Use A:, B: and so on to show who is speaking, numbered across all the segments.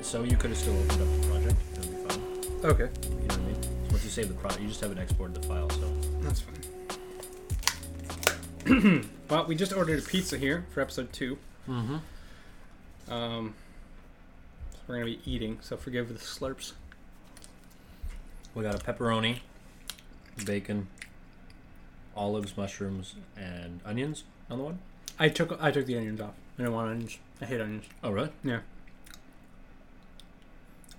A: So you could have still opened up the project. It would be fine.
B: Okay,
A: You know what I mean? Once you save the project, you just haven't exported the file. So
B: that's fine. well, we just ordered a pizza here for episode two.
A: Mhm.
B: Um, so we're gonna be eating, so forgive the slurps.
A: we got a pepperoni, bacon, olives, mushrooms, and onions on the one.
B: I took I took the onions off. I don't want onions. I hate onions.
A: Oh really?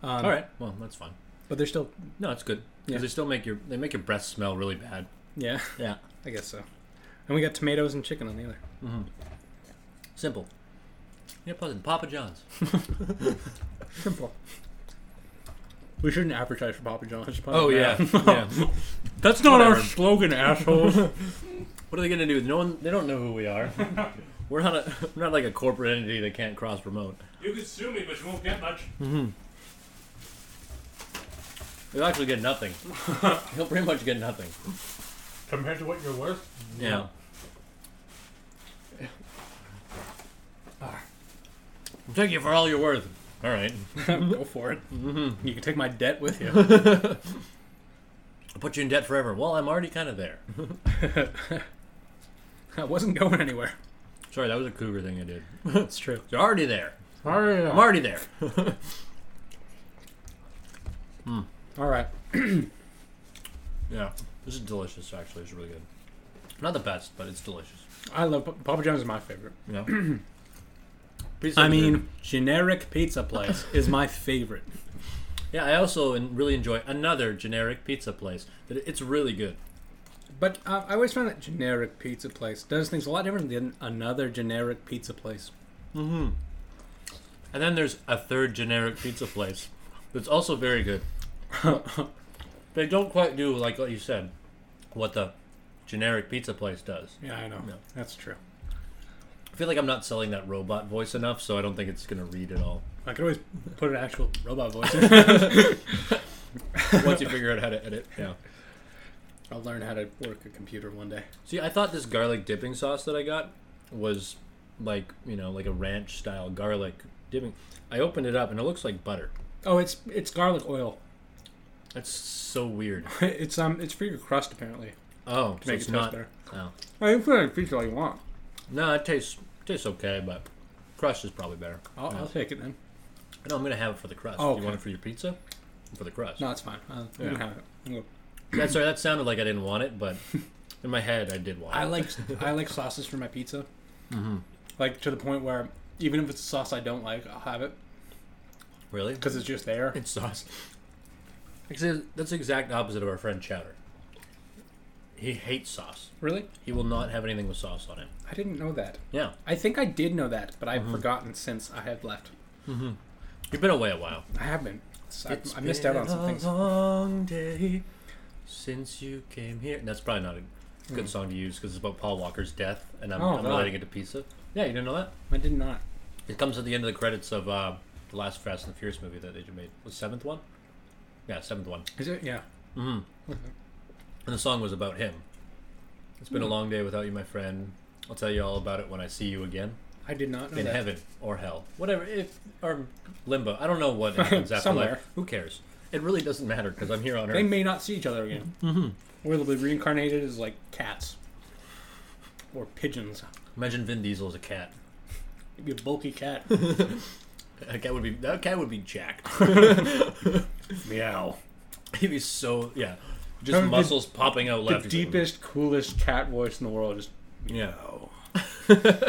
B: Um,
A: All right. Um, Well, that's fine.
B: but they're still
A: No, it's good because
B: Yeah.
A: they still make your they make your breath smell really bad.
B: yeah.
A: Yeah.
B: I guess so. And we got tomatoes and chicken on the other.
A: Mm-hmm. Simple. Yeah, pleasant. Papa John's.
B: Simple. We shouldn't advertise for Papa John's. Papa
A: Oh yeah,
B: John's.
A: yeah.
B: that's not our
A: Whatever.
B: slogan, assholes.
A: What are they gonna do? No one. They don't know who we are. we're not. A, we're not like a corporate entity that can't cross promote.
C: You can sue me, but you won't get much.
A: You'll actually get nothing. You'll pretty much get nothing.
C: Compared to what you're worth,
A: Yeah. I'll take you for all you're worth. All right.
B: Go for it. Mm-hmm. You can take my debt with you.
A: I'll put you in debt forever. Well, I'm already kind of there.
B: I wasn't going anywhere.
A: Sorry, that was a cougar thing I did.
B: That's true.
A: You're already there.
C: Hurry
A: I'm already there.
B: All right.
A: Yeah. This is delicious, actually. It's really good. Not the best, but it's delicious.
B: I love Pa- Papa John's is my favorite.
A: Yeah. Pizza
B: I
A: is good.
B: mean, generic pizza place is my favorite.
A: Yeah, I also en- really enjoy another generic pizza place. That it- It's really good.
B: But uh, I always find that generic pizza place does things a lot different than another generic pizza place.
A: And then there's a third generic pizza place that's also very good. they don't quite do, like what you said, what the generic pizza place does.
B: Yeah, I know.
A: Yeah.
B: That's true.
A: I feel like I'm not selling that robot voice enough, so I don't think it's going to read at all.
B: I could always put an actual robot voice in.
A: Once you figure out how to edit. Yeah.
B: I'll learn how to work a computer one day.
A: See, I thought this garlic dipping sauce that I got was like, you know, like a ranch style garlic dipping. I opened it up and it looks like butter.
B: Oh, it's it's garlic oil.
A: That's so weird.
B: it's um, it's for your crust apparently.
A: Oh, so
B: make
A: it's
B: it taste
A: not.
B: better.
A: Oh.
B: Oh, you can put it in pizza all you want.
A: No, it tastes tastes okay, but crust is probably better.
B: I'll, I'll take it then.
A: No, I'm gonna have it for the crust.
B: Oh,
A: Do you
B: okay.
A: want it for your pizza? For the crust.
B: No, it's fine. Uh, You
A: Yeah.
B: can have it. You can go.
A: That, sorry, that sounded like I didn't want it, but in my head I did want it.
B: I like I like sauces for my pizza. Mm-hmm. Like to the point where even if it's a sauce I don't like, I'll have it
A: really
B: because it's just there.
A: it's sauce. Actually, that's the exact opposite of our friend Chowder. He hates sauce.
B: Really?
A: He will not have anything with sauce on it.
B: I didn't know that.
A: Yeah,
B: I think I did know that, but I've forgotten since I have left.
A: you've been away a while.
B: I have been. So I,
A: It's
B: I missed out
A: been
B: on some
A: a
B: things.
A: Long day since you came here. And that's probably not a good song to use because it's about Paul Walker's death, and I'm,
B: Hmm. Oh,
A: I'm
B: God.
A: relating it to pizza. Yeah, you didn't know that?
B: I did not.
A: It comes at the end of the credits of uh, the last Fast and the Furious movie that they just made. Was seventh one? Yeah, seventh one.
B: Is it? Yeah.
A: And the song was about him. It's
B: Hmm.
A: been a long day without you, my friend. I'll tell you all about it when I see you again
B: I did not know
A: in
B: that.
A: heaven or hell, whatever. If or limbo, I don't know what happens after
B: Somewhere.
A: life. Who cares? It really doesn't matter because I'm here on
B: They
A: earth.
B: may not see each other again. Mm-hmm. Or they'll be reincarnated as like cats or pigeons.
A: Imagine Vin Diesel as a cat.
B: It'd be a bulky cat.
A: That cat would be that cat would be jacked.
B: Meow.
A: He'd be so yeah,
B: That
A: just
B: would be
A: muscles popping out
B: The
A: left.
B: deepest, coolest cat voice in the world. Just
A: Yeah.
B: meow.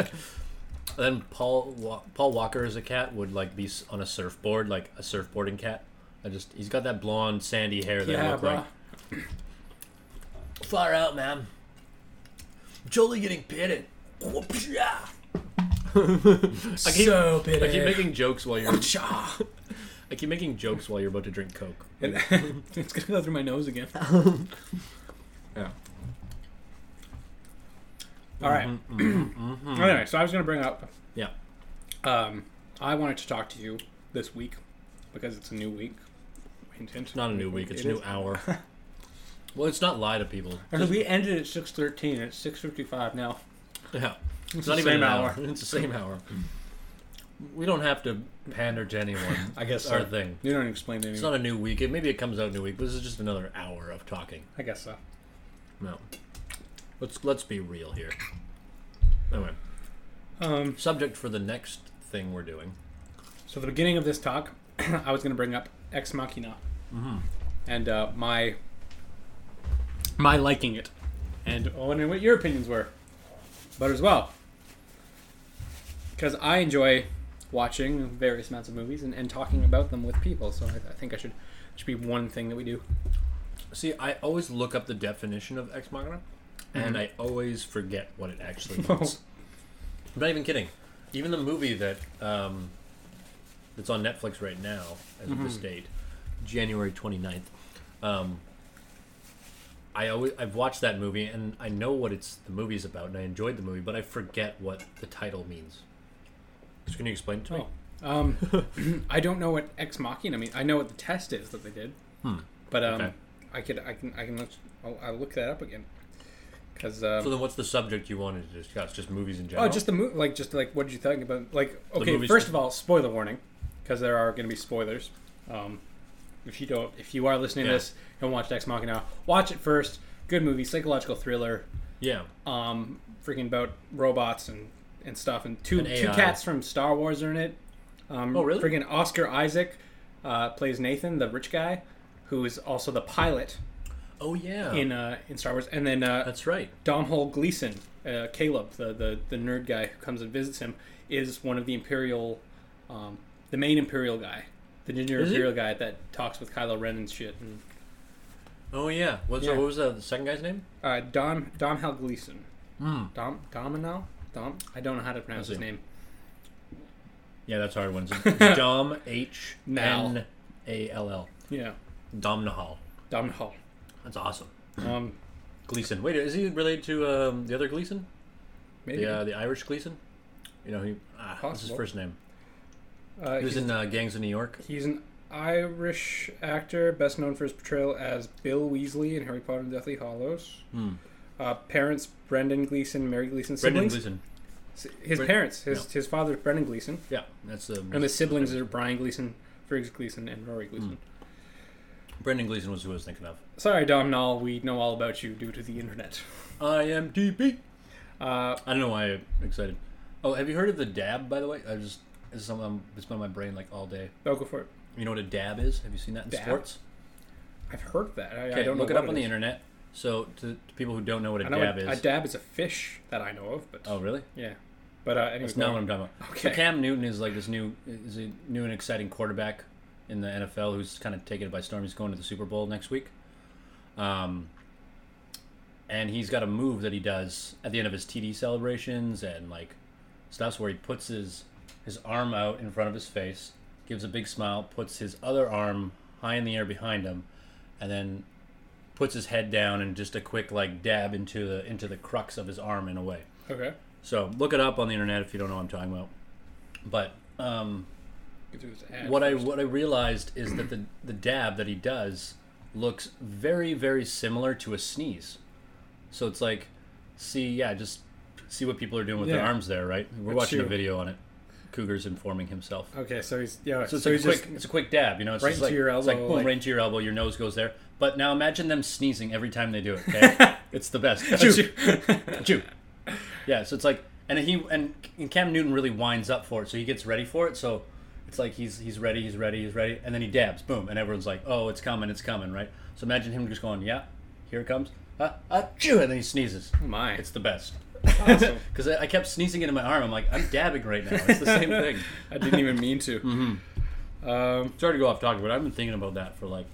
A: Then Paul Wa- Paul Walker as a cat would like be s- on a surfboard, like a surfboarding cat. I just he's got that blonde sandy hair that I
B: Yeah,
A: look
B: bro.
A: like. Far out, man. Jolie getting pitted. Whoopsha. I keep,
B: so
A: I keep
B: bitter.
A: making jokes while you're
B: Cha.
A: I keep making jokes while you're about to drink Coke.
B: And it's gonna go through my nose again.
A: Yeah.
B: All right. anyway, so I was gonna bring up.
A: Mm. Yeah.
B: Um, I wanted to talk to you this week because it's a new week. Hint, hint.
A: Not a new week, it's
B: It
A: a new
B: is.
A: hour. well, it's not lie to people.
B: Because we ended at six thirteen. It's six fifty five now.
A: Yeah. It's,
B: the
A: not even an
B: same hour.
A: hour. It's the same hour. we don't have to pander to anyone.
B: I guess
A: It's our
B: so.
A: thing.
B: You don't explain to
A: It's
B: anyone.
A: not a new week. It, maybe it comes out new week. But this is just another hour of talking.
B: I guess so.
A: No, let's let's be real here. Anyway,
B: Um,
A: subject for the next thing we're doing.
B: so the beginning of this talk, I was going to bring up Ex Machina, and uh, my my liking it, and oh, and what your opinions were, but as well, because I enjoy watching various amounts of movies and, and talking about them with people. So I, I think I should should be one thing that we do.
A: See, I always look up the definition of ex machina,
B: Mm-hmm.
A: and I always forget what it actually means. I'm not even kidding. Even the movie that um, that's on Netflix right now, as of
B: Mm-hmm.
A: this date, January 29th. Um, I always I've watched that movie and I know what it's the movie's about and I enjoyed the movie, but I forget what the title means. So can you explain it to me?
B: Oh, um, I don't know what ex machina means. I know what the test is that they did, but um,
A: Okay.
B: I could I can I can look I'll, I'll look that up again because um,
A: So then, what's the subject you wanted to discuss? Just movies in general.
B: oh, just the movie like just like what did you think about like okay
A: movie's-
B: first of all spoiler warning because there are going to be spoilers. Um, if you don't if you are listening
A: Yeah.
B: to this and watched ex machina, watch it first. Good movie, psychological thriller,
A: yeah.
B: um, freaking about robots and, and stuff. And two
A: And
B: two
A: AI.
B: cats from Star Wars are in it. Um,
A: Oh, really?
B: Freaking Oscar Isaac uh, plays Nathan, the rich guy, who is also the pilot
A: Oh yeah.
B: in uh, in Star Wars. And then uh,
A: That's right.
B: Domhnall Gleeson, uh, Caleb, the, the the nerd guy who comes and visits him, is one of the Imperial, um, the main Imperial guy, the ginger
A: Is he?
B: Imperial guy that talks with Kylo Ren and shit. And,
A: Oh yeah. What's
B: Yeah.
A: what was uh, the second guy's name?
B: uh, Dom Domhnall Gleeson.
A: Mm.
B: Dom Domino? Dom? I don't know how to pronounce his
A: see.
B: name.
A: Yeah, that's a hard one. It's Dom H
B: Nal.
A: N A L L.
B: Yeah,
A: Dom Nahal.
B: Domhnall.
A: That's awesome.
B: Um,
A: Gleason. Wait, is he related to um, the other Gleason?
B: maybe.
A: The uh, the Irish Gleason? You know, he ah, what's his
B: Possible.
A: first name?
B: Uh,
A: He was
B: he's,
A: in uh, Gangs of New York.
B: he's an Irish actor, best known for his portrayal as Bill Weasley in Harry Potter and Deathly Hollows.
A: Hmm.
B: Uh, parents: Brendan Gleeson, Mary Gleeson.
A: Brendan
B: Siblings.
A: Gleason.
B: His
A: Bren-
B: parents. His
A: no.
B: his father, Brendan Gleeson,
A: Yeah, that's um, the.
B: and his siblings are Brian Gleeson, Briggs Gleeson, and Rory Gleeson.
A: Hmm. Brendan Gleason was who I was thinking of.
B: Sorry, Domhnall, we know all about you due to the internet.
A: IMDb.
B: Uh,
A: I don't know why I'm excited. Oh, have you heard of the dab? By the way, I just it's something it's been on my brain like all day.
B: I'll go for it.
A: You know what a dab is? Have you seen that in
B: Dab?
A: sports?
B: I've heard of that. I, I
A: Okay,
B: don't
A: look it
B: know what
A: up on the
B: is.
A: internet. So to, to people who don't know what a
B: I know
A: dab
B: a,
A: is,
B: a dab is a fish that I know of, but
A: oh really?
B: yeah. But uh, anyway,
A: That's not what I'm talking about. So
B: Okay.
A: Cam Newton is like this new is a new and exciting quarterback in the NFL who's kind of taken it by storm. He's going to the Super Bowl next week. Um, and he's got a move that he does at the end of his TD celebrations and like stuffs where he puts his his arm out in front of his face, gives a big smile, puts his other arm high in the air behind him, and then puts his head down and just a quick like dab into the into the crux of his arm in a way.
B: Okay.
A: So look it up on the internet if you don't know what I'm talking about. But um,
B: Get through this ad
A: what I
B: first.
A: what I realized is that the the dab that he does looks very very similar to a sneeze. So it's like, see, yeah, just see what people are doing with their
B: Yeah.
A: arms there, right? We're
B: That's
A: watching a
B: true.
A: video on it. Cougars informing himself.
B: Okay, so he's yeah.
A: So
B: So,
A: it's
B: he's
A: a quick,
B: just
A: it's a quick dab, you know. It's
B: right
A: just
B: into
A: like,
B: your
A: It's like
B: elbow,
A: boom,
B: like-
A: right into your elbow. Your nose goes there. But now imagine them sneezing every time they do it. Okay? it's the best. Achoo. Jew. Yeah, so it's like, and he and, and Cam Newton really winds up for it, so he gets ready for it. So it's like he's he's ready, he's ready, he's ready, and then he dabs, boom, and everyone's like, oh, it's coming, it's coming, right? So imagine him just going, yeah, here it comes, ah, ah, chew, and then he sneezes.
B: Oh my.
A: It's the best.
B: Awesome.
A: Because I I kept sneezing into my arm. I'm like, I'm dabbing right now. It's the same thing. Mm-hmm.
B: I didn't even mean to. Um,
A: Sorry to go off topic, but I've been thinking about that for like.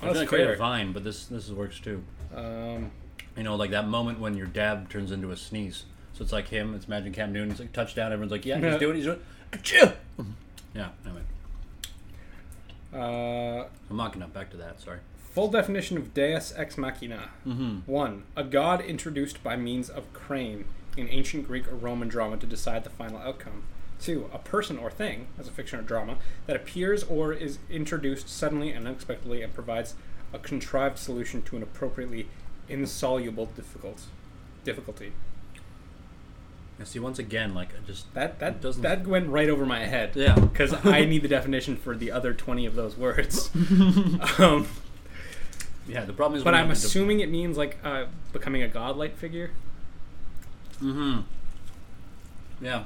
A: I was
B: that's
A: gonna create a
B: fair.
A: vine, but this this works too.
B: um,
A: You know, like that moment when your dab turns into a sneeze. So it's like him. It's Magic Cam Newton. It's like touchdown. Everyone's like, yeah, he's
B: Yeah.
A: doing, it, he's doing. it. Achoo! Yeah. Anyway,
B: uh,
A: I'm mocking up. Back to that. Sorry.
B: full definition of Deus ex machina.
A: Mm-hmm.
B: One, a god introduced by means of crane in ancient Greek or Roman drama to decide the final outcome. Two, a person or thing, as a fiction or drama, that appears or is introduced suddenly and unexpectedly and provides a contrived solution to an appropriately insoluble difficult difficulty.
A: I see once again, like I just
B: That
A: It
B: that
A: doesn't-
B: that went right over my head.
A: Yeah.
B: because I need the definition for the other twenty of those words. um,
A: yeah. The problem is,
B: but
A: when
B: I'm
A: you have to-
B: assuming it means like uh, becoming a godlike figure,
A: Mm-hmm. yeah.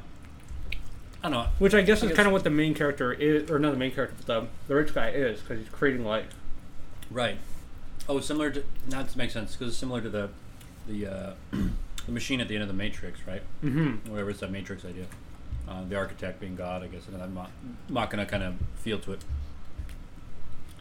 A: I don't know.
B: which I guess is
A: guess-
B: kind of what the main character is, or not the main character, but the the rich guy is, because he's creating light.
A: Right. Oh, it's similar to. Now this makes sense because it's similar to the the uh, the machine at the end of the Matrix, right? Mm-hmm. Whatever it's that Matrix idea. Uh, the architect being God, I guess, and I'm not, not gonna kind of feel to it.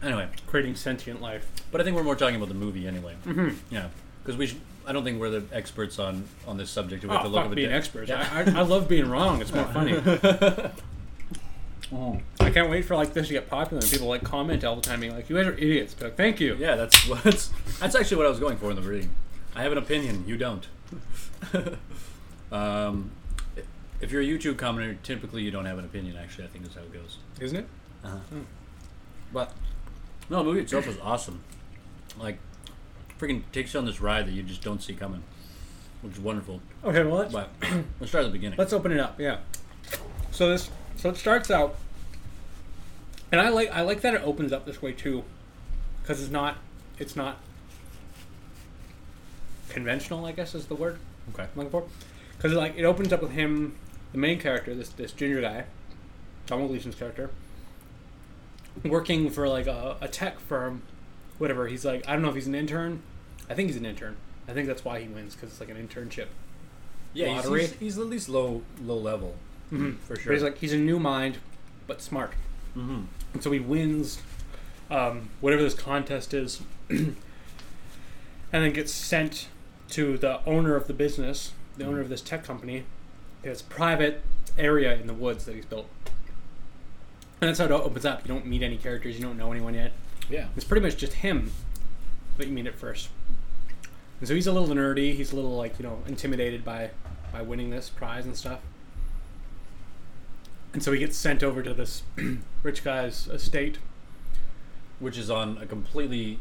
A: Anyway,
B: creating sentient life.
A: but I think we're more talking about the movie anyway. Mm-hmm. Yeah, because we. Should, I don't think we're the experts on on this subject. We
B: Oh,
A: have to look
B: fuck
A: up a
B: being
A: di-
B: experts.
A: Yeah.
B: I, I, I love being wrong. It's more funny. I can't wait for like this to get popular and people like comment all the time, being like, "You guys are idiots." But like, thank you.
A: Yeah, that's what's that's actually what I was going for in the reading. I have an opinion, you don't. um, i- if you're a YouTube commenter, typically you don't have an opinion. Actually, I think is how it goes.
B: Isn't it?
A: But no, the movie itself was awesome. Like, freaking takes you on this ride that you just don't see coming, which is wonderful.
B: Okay. Well, let's
A: But let's start at the beginning.
B: let's open it up. Yeah. So this so it starts out, and I like I like that it opens up this way too, because it's not it's not conventional. I guess is the word.
A: okay.
B: I'm looking for. Because like it opens up with him, the main character, this this ginger guy, Donald Gleason's character, working for like a, a tech firm, whatever. He's like I don't know if he's an intern. I think he's an intern. I think that's why he wins because it's like an internship.
A: Yeah, he's,
B: Lottery.
A: he's, he's at least low low level for
B: Mm-hmm. But
A: sure.
B: he's like he's a new mind, but smart. And so he wins um, whatever this contest is, and then gets sent to the owner of the business, the owner of this tech company, this private area in the woods that he's built. And that's how it opens up. You don't meet any characters. You don't know anyone yet.
A: yeah,
B: It's pretty much just him that you meet at first. And so he's a little nerdy. He's a little like you know intimidated by by winning this prize and stuff. And so he gets sent over to this rich guy's estate.
A: which is on a completely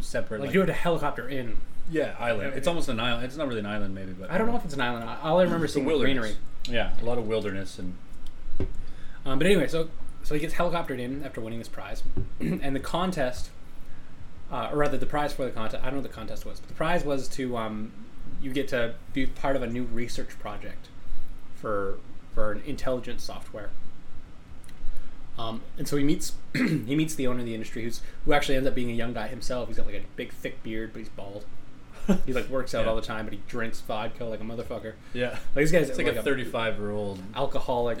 A: separate.
B: Like
A: Like,
B: you had a helicopter in.
A: yeah, island. It's almost an island. It's not really an island, maybe, but
B: I don't know if it's an island. All I remember is
A: It's a
B: seeing was
A: wilderness.
B: greenery.
A: Yeah, a lot of wilderness and
B: Um, but anyway, so so he gets helicoptered in after winning this prize, and the contest, uh, or rather the prize for the contest. I don't know what the contest was, but the prize was to um, you get to be part of a new research project for for an intelligence software. Um, and so he meets he meets the owner of the industry, who's who actually ends up being a young guy himself. He's got like a big thick beard, but he's bald. He like works out
A: Yeah.
B: all the time, but he drinks vodka like a motherfucker.
A: yeah,
B: Like this guy's
A: it's like, a thirty-five year old.
B: alcoholic,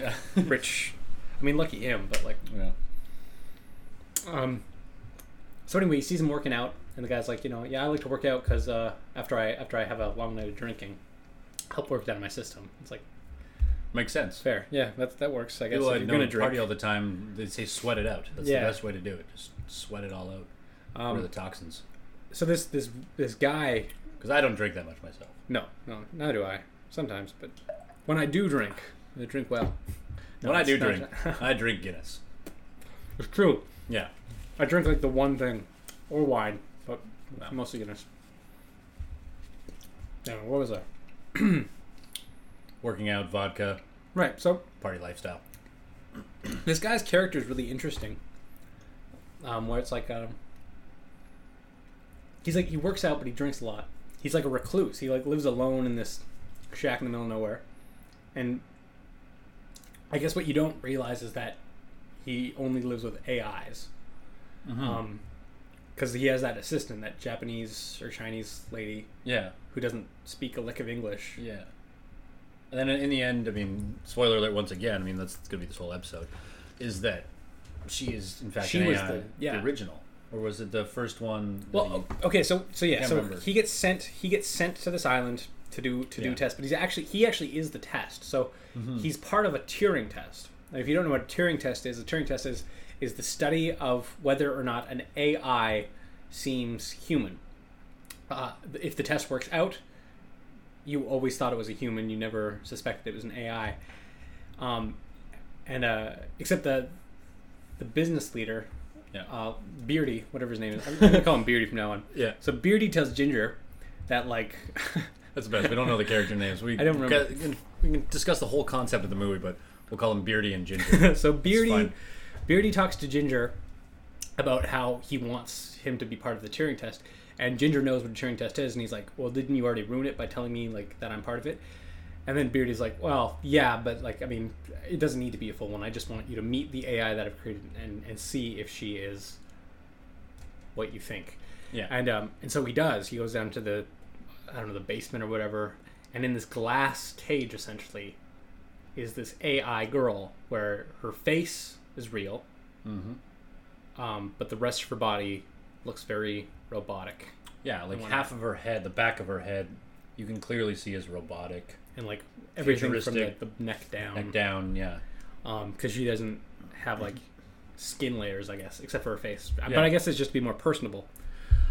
A: Yeah.
B: rich. I mean, lucky him, but like
A: Yeah,
B: um, so anyway, he sees him working out, and the guy's like, you know, yeah, I like to work out because uh, after I after I have a long night of drinking, help work down my system. It's like
A: makes sense.
B: fair, yeah, that that works. I guess
A: People
B: if
A: I
B: you're
A: know
B: gonna
A: who
B: drink,
A: party all the time. They say sweat it out. That's
B: Yeah.
A: the best way to do it. Just sweat it all out. Um, the toxins.
B: so this this this guy,
A: Because I don't drink that much myself.
B: no, no, neither do I. Sometimes, but when I do drink, I drink well. No,
A: when I
B: it's
A: do
B: not-
A: drink, I drink Guinness.
B: it's true.
A: Yeah,
B: I drink like the one thing, or wine, but mostly Guinness. Yeah, what was that?
A: working out, vodka,
B: Right, so
A: party lifestyle.
B: this guy's character is really interesting. Um, where it's like um, he's like he works out, but he drinks a lot. He's like a recluse. He like lives alone in this shack in the middle of nowhere, and I guess what you don't realize is that he only lives with AIs.
A: Hmm.
B: Um, because he has that assistant, that Japanese or Chinese lady
A: Yeah,
B: who doesn't speak a lick of English.
A: yeah. And then in the end, I mean, spoiler alert once again. I mean, that's, that's gonna be this whole episode. Is that she is in fact
B: She
A: an
B: was
A: AI,
B: the- yeah.
A: original, or was it the first one? that
B: Well,
A: you-
B: o- okay, so so yeah,
A: Can't
B: so
A: remember.
B: he gets sent he gets sent to this island to do to
A: Yeah. Mm-hmm.
B: do tests, but he's actually he actually is the test. So he's part of a Turing test. Now, if you don't know what a Turing test is, a Turing test is is the study of whether or not an AI seems human. Uh, if the test works out, you always thought it was a human. You never suspected it was an AI. Um, and uh, except the the business leader,
A: yeah.
B: uh, Beardy, whatever his name is. I'm, I'm gonna call him Beardy from now on.
A: Yeah.
B: So Beardy tells Ginger that like
A: That's the best. We don't know the character names. We
B: I don't remember.
A: We can, we can discuss the whole concept of the movie, but we'll call him Beardy and Ginger.
B: so Beardy,
A: fine.
B: Beardy talks to Ginger about how he wants him to be part of the Turing test, and Ginger knows what a Turing test is, and he's like, "Well, didn't you already ruin it by telling me like that I'm part of it?" And then Beardy's like, "Well, yeah, but like, I mean, it doesn't need to be a full one. I just want you to meet the AI that I've created and and see if she is what you think."
A: yeah.
B: And um, and so he does. He goes down to the, I don't know, the basement or whatever. And in this glass cage, essentially, is this AI girl where her face is real, mm-hmm. um, but the rest of her body looks very robotic
A: yeah, like
B: One-
A: half of her head, the back of her head, you can clearly see is robotic.
B: and like everything from the,
A: Futuristic.
B: the neck down.
A: Neck down, yeah.
B: um because she doesn't have like skin layers i guess except for her face
A: Yeah. Mm-hmm.
B: but i guess it's just to be more personable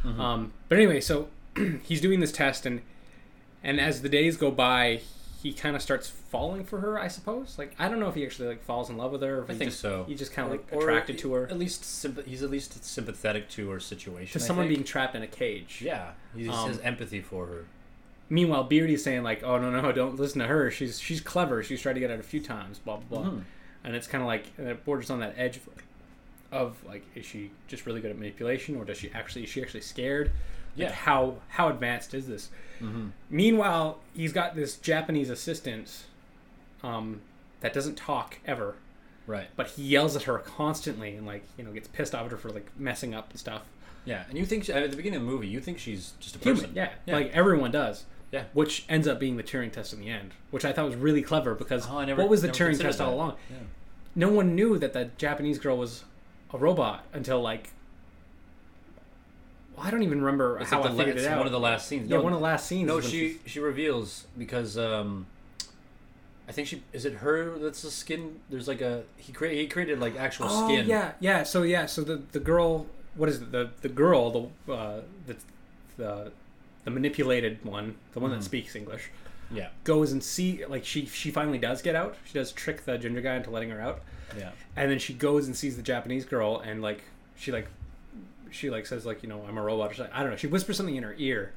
B: um but anyway so he's doing this test and and as the days go by he kind of starts falling for her i suppose like i don't know if he actually like falls in love with her or if
A: I
B: he
A: think
B: just,
A: so.
B: he just kind of like
A: Or- or
B: attracted to her
A: At least sympa- he's at least sympathetic to her situation.
B: to
A: I
B: someone
A: think.
B: being trapped in a cage
A: Yeah, he
B: Um,
A: has empathy for her.
B: meanwhile beardy's saying like oh no no don't listen to her she's she's clever she's tried to get out a few times blah blah
A: Mm-hmm.
B: blah and it's kind of like and it borders on that edge of, of like is she just really good at manipulation or does she actually is she actually scared like,
A: Yeah. Mm-hmm.
B: how how advanced is this meanwhile he's got this japanese assistant um that doesn't talk ever
A: Right.
B: but he yells at her constantly and like you know gets pissed off at her for like messing up and stuff
A: Yeah, and you think she, at the beginning of the movie, you think she's just a person.
B: human yeah.
A: yeah.
B: like everyone does
A: Yeah.
B: which ends up being the Turing test in the end, which I thought was really clever because
A: Oh, I never-
B: what was the
A: never
B: Turing
A: considered
B: test all
A: that.
B: along?
A: Yeah.
B: No one knew that that Japanese girl was a robot until like well, I don't even remember
A: It's
B: how
A: like
B: I
A: the la-
B: figured
A: it's
B: it out.
A: one of the last scenes.
B: yeah,
A: No,
B: one of the last scenes.
A: No,
B: is when
A: she
B: she's-
A: she reveals because um, I think she is it her that's the skin. There's like a he created he created like actual
B: Oh
A: skin.
B: yeah, yeah. So yeah, so the the girl, what is it? The the girl, the uh, the the the manipulated one, the one
A: Mm-hmm.
B: that speaks English.
A: yeah,
B: goes and see like she she finally does get out. She does trick the ginger guy into letting her out.
A: Yeah.
B: And then she goes and sees the Japanese girl and like she like she like says like, you know, I'm a robot or something. I don't know. She whispers something in her ear.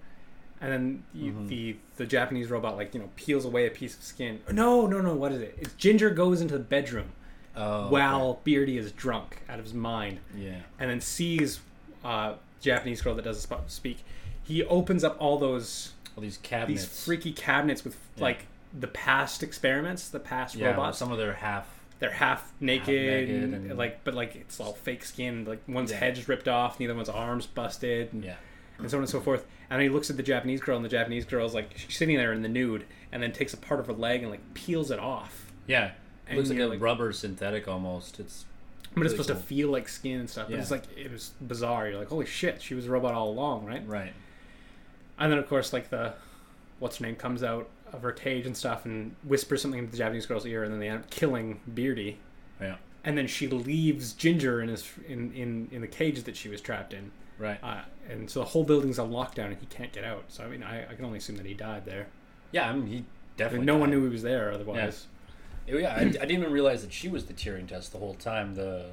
B: And then you, the the Japanese robot like, you know, peels away a piece of skin. No, no, no, what is it? It's Ginger goes into the bedroom
A: Oh,
B: while Beardy is drunk out of his mind
A: okay. yeah,
B: and then sees uh Japanese girl that doesn't sp- speak. He opens up all those
A: all these
B: these
A: cabinets,
B: freaky cabinets with like the past experiments, the past
A: yeah,
B: robots.
A: Some of their half.
B: They're half naked,
A: naked
B: and,
A: and-
B: like but like it's all fake skin. Like one's
A: Yeah.
B: head's ripped off, and the other one's arms busted, and,
A: Yeah,
B: and so on and so forth. And he looks at the Japanese girl, and the Japanese girl's like she's sitting there in the nude, and then takes a part of her leg and like peels it off.
A: yeah. It
B: And
A: looks like
B: you're
A: a
B: like-
A: rubber synthetic almost. It's
B: But it's
A: Really
B: supposed to
A: cool.
B: feel like skin and stuff. But
A: Yeah.
B: it's like it was bizarre. You're like, holy shit, she was a robot all along, right?
A: right.
B: And then of course like the what's her name comes out of her cage and stuff and whispers something into the Japanese girl's ear and then they end up killing Beardy.
A: Yeah,
B: And then she leaves Ginger in his in in, in the cage that she was trapped in.
A: right.
B: Uh, and so the whole building's on lockdown and he can't get out. So I mean I, I can only assume that he died there.
A: Yeah, I mean he
B: I mean,
A: definitely.
B: no one
A: died. Oh,
B: knew he was there otherwise.
A: Yeah, I, I didn't even realize that she was the Turing test the whole time. The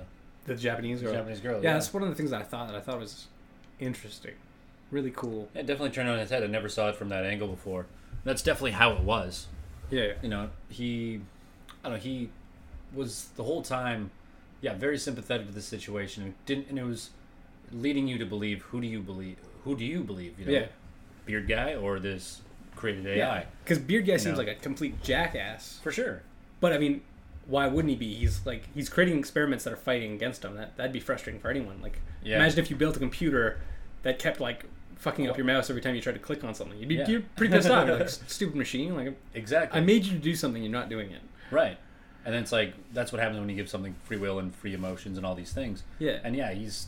B: The Japanese girl.
A: Japanese girl.
B: yeah, that's one of the things that I thought that I thought was interesting. Really cool.
A: It definitely turned on its head. I never saw it from that angle before. That's definitely how it was.
B: Yeah.
A: You know, he, I don't know, he was the whole time, yeah, very sympathetic to the situation. It didn't, and it was leading you to believe who do you believe? Who do you believe? You know,
B: Yeah.
A: beard guy or this created AI?
B: Yeah. Because Beard Guy seems
A: know.
B: like a complete jackass.
A: For sure.
B: But I mean, why wouldn't he be? He's like he's creating experiments that are fighting against him. That that'd be frustrating for anyone. Like
A: Yeah.
B: imagine if you built a computer that kept like fucking up your mouse every time you tried to click on something. You'd be
A: Yeah.
B: you're pretty pissed off. You're like stupid machine. Like
A: Exactly.
B: I made you to do something. You're not doing it.
A: Right. And then it's like that's what happens when you give something free will and free emotions and all these things.
B: Yeah.
A: And yeah, he's,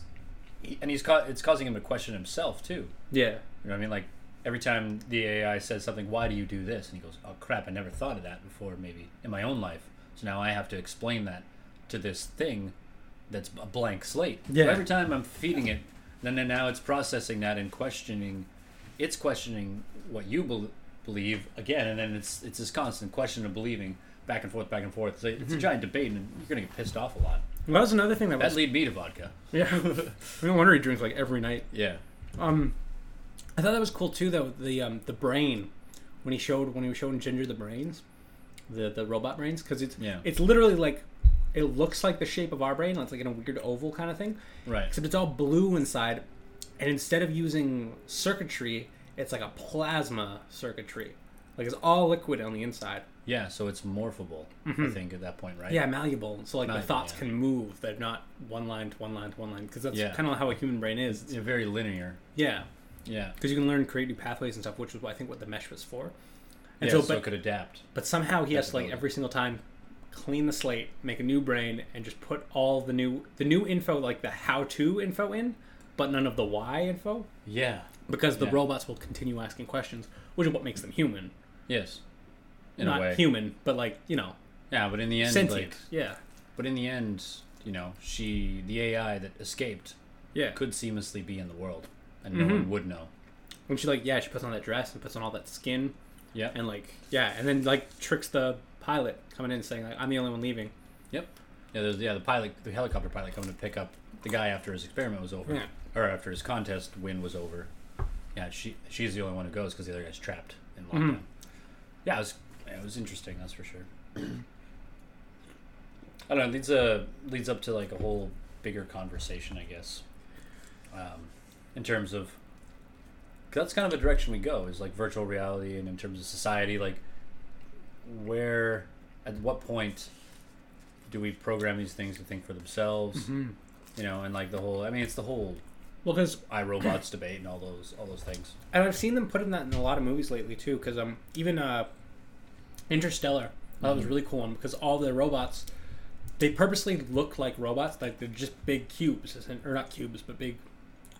A: he, and he's ca- it's causing him to question himself too.
B: Yeah.
A: You know what I mean? Like every time the AI says something, why do you do this? And he goes, oh crap, I never thought of that before, maybe in my own life. So now I have to explain that to this thing that's a blank slate. So
B: Yeah.
A: every time I'm feeding it, then, then now it's processing that and questioning, it's questioning what you bel believe again, and then it's it's this constant question of believing back and forth, back and forth. So it's a giant debate, and you're gonna get pissed off a lot.
B: Well, that was another thing that
A: That
B: was.
A: lead me to vodka.
B: Yeah. no wonder he drinks like every night.
A: Yeah.
B: Um, I thought that was cool too, though. The um, the brain when he showed when he was showing Ginger the brains, the the robot brains, because it's
A: Yeah.
B: it's literally like it looks like the shape of our brain, it's like in a weird oval kind of thing,
A: Right.
B: except it's all blue inside, and instead of using circuitry, it's like a plasma circuitry, like it's all liquid on the inside.
A: Yeah, so it's morphable, I think, at that point, right?
B: Yeah, malleable. So like
A: Malleable,
B: the thoughts
A: yeah.
B: can move; they're not one line to one line to one line, because that's
A: Yeah.
B: kind of how a human brain is. It's-
A: Yeah, very linear.
B: yeah,
A: Yeah.
B: because you can learn create new pathways and stuff, which is what I think what the mesh was for. And
A: yeah
B: so,
A: so,
B: but
A: it could adapt.
B: But somehow he has to like
A: Definitely.
B: every single time clean the slate, make a new brain, and just put all the new the new info, like the how to info in, but none of the why info.
A: Yeah.
B: Because the
A: Yeah.
B: robots will continue asking questions, which is what makes them human.
A: Yes. In
B: Not
A: a way.
B: human, but like, you know,
A: Yeah, but in the end,
B: sentient.
A: like,
B: yeah.
A: but in the end, you know, she, the AI that escaped,
B: Yeah.
A: could seamlessly be in the world, and no
B: Mm-hmm.
A: one would know.
B: When she like yeah, she puts on that dress and puts on all that skin
A: Yeah.
B: and like yeah, and then like tricks the pilot coming in saying like I'm the only one leaving.
A: Yep. Yeah, there's yeah the pilot, the helicopter pilot coming to pick up the guy after his experiment was over,
B: Yeah.
A: or after his contest win was over. Yeah, she she's the only one who goes because the other guy's trapped in lockdown. Yeah, it was it was interesting, that's for sure. I don't know. It leads a leads up to like a whole bigger conversation, I guess. Um, in terms of 'cause that's kind of the direction we go is like virtual reality, and in terms of society, like where at what point do we program these things to think for themselves? You know, and like the whole. I mean, it's the whole
B: Well, because
A: iRobots debate and all those all those things.
B: And I've seen them putting that in a lot of movies lately too, because um, even uh, Interstellar, that was a really cool one because all the robots, they purposely look like robots, like they're just big cubes, isn't- or not cubes, but big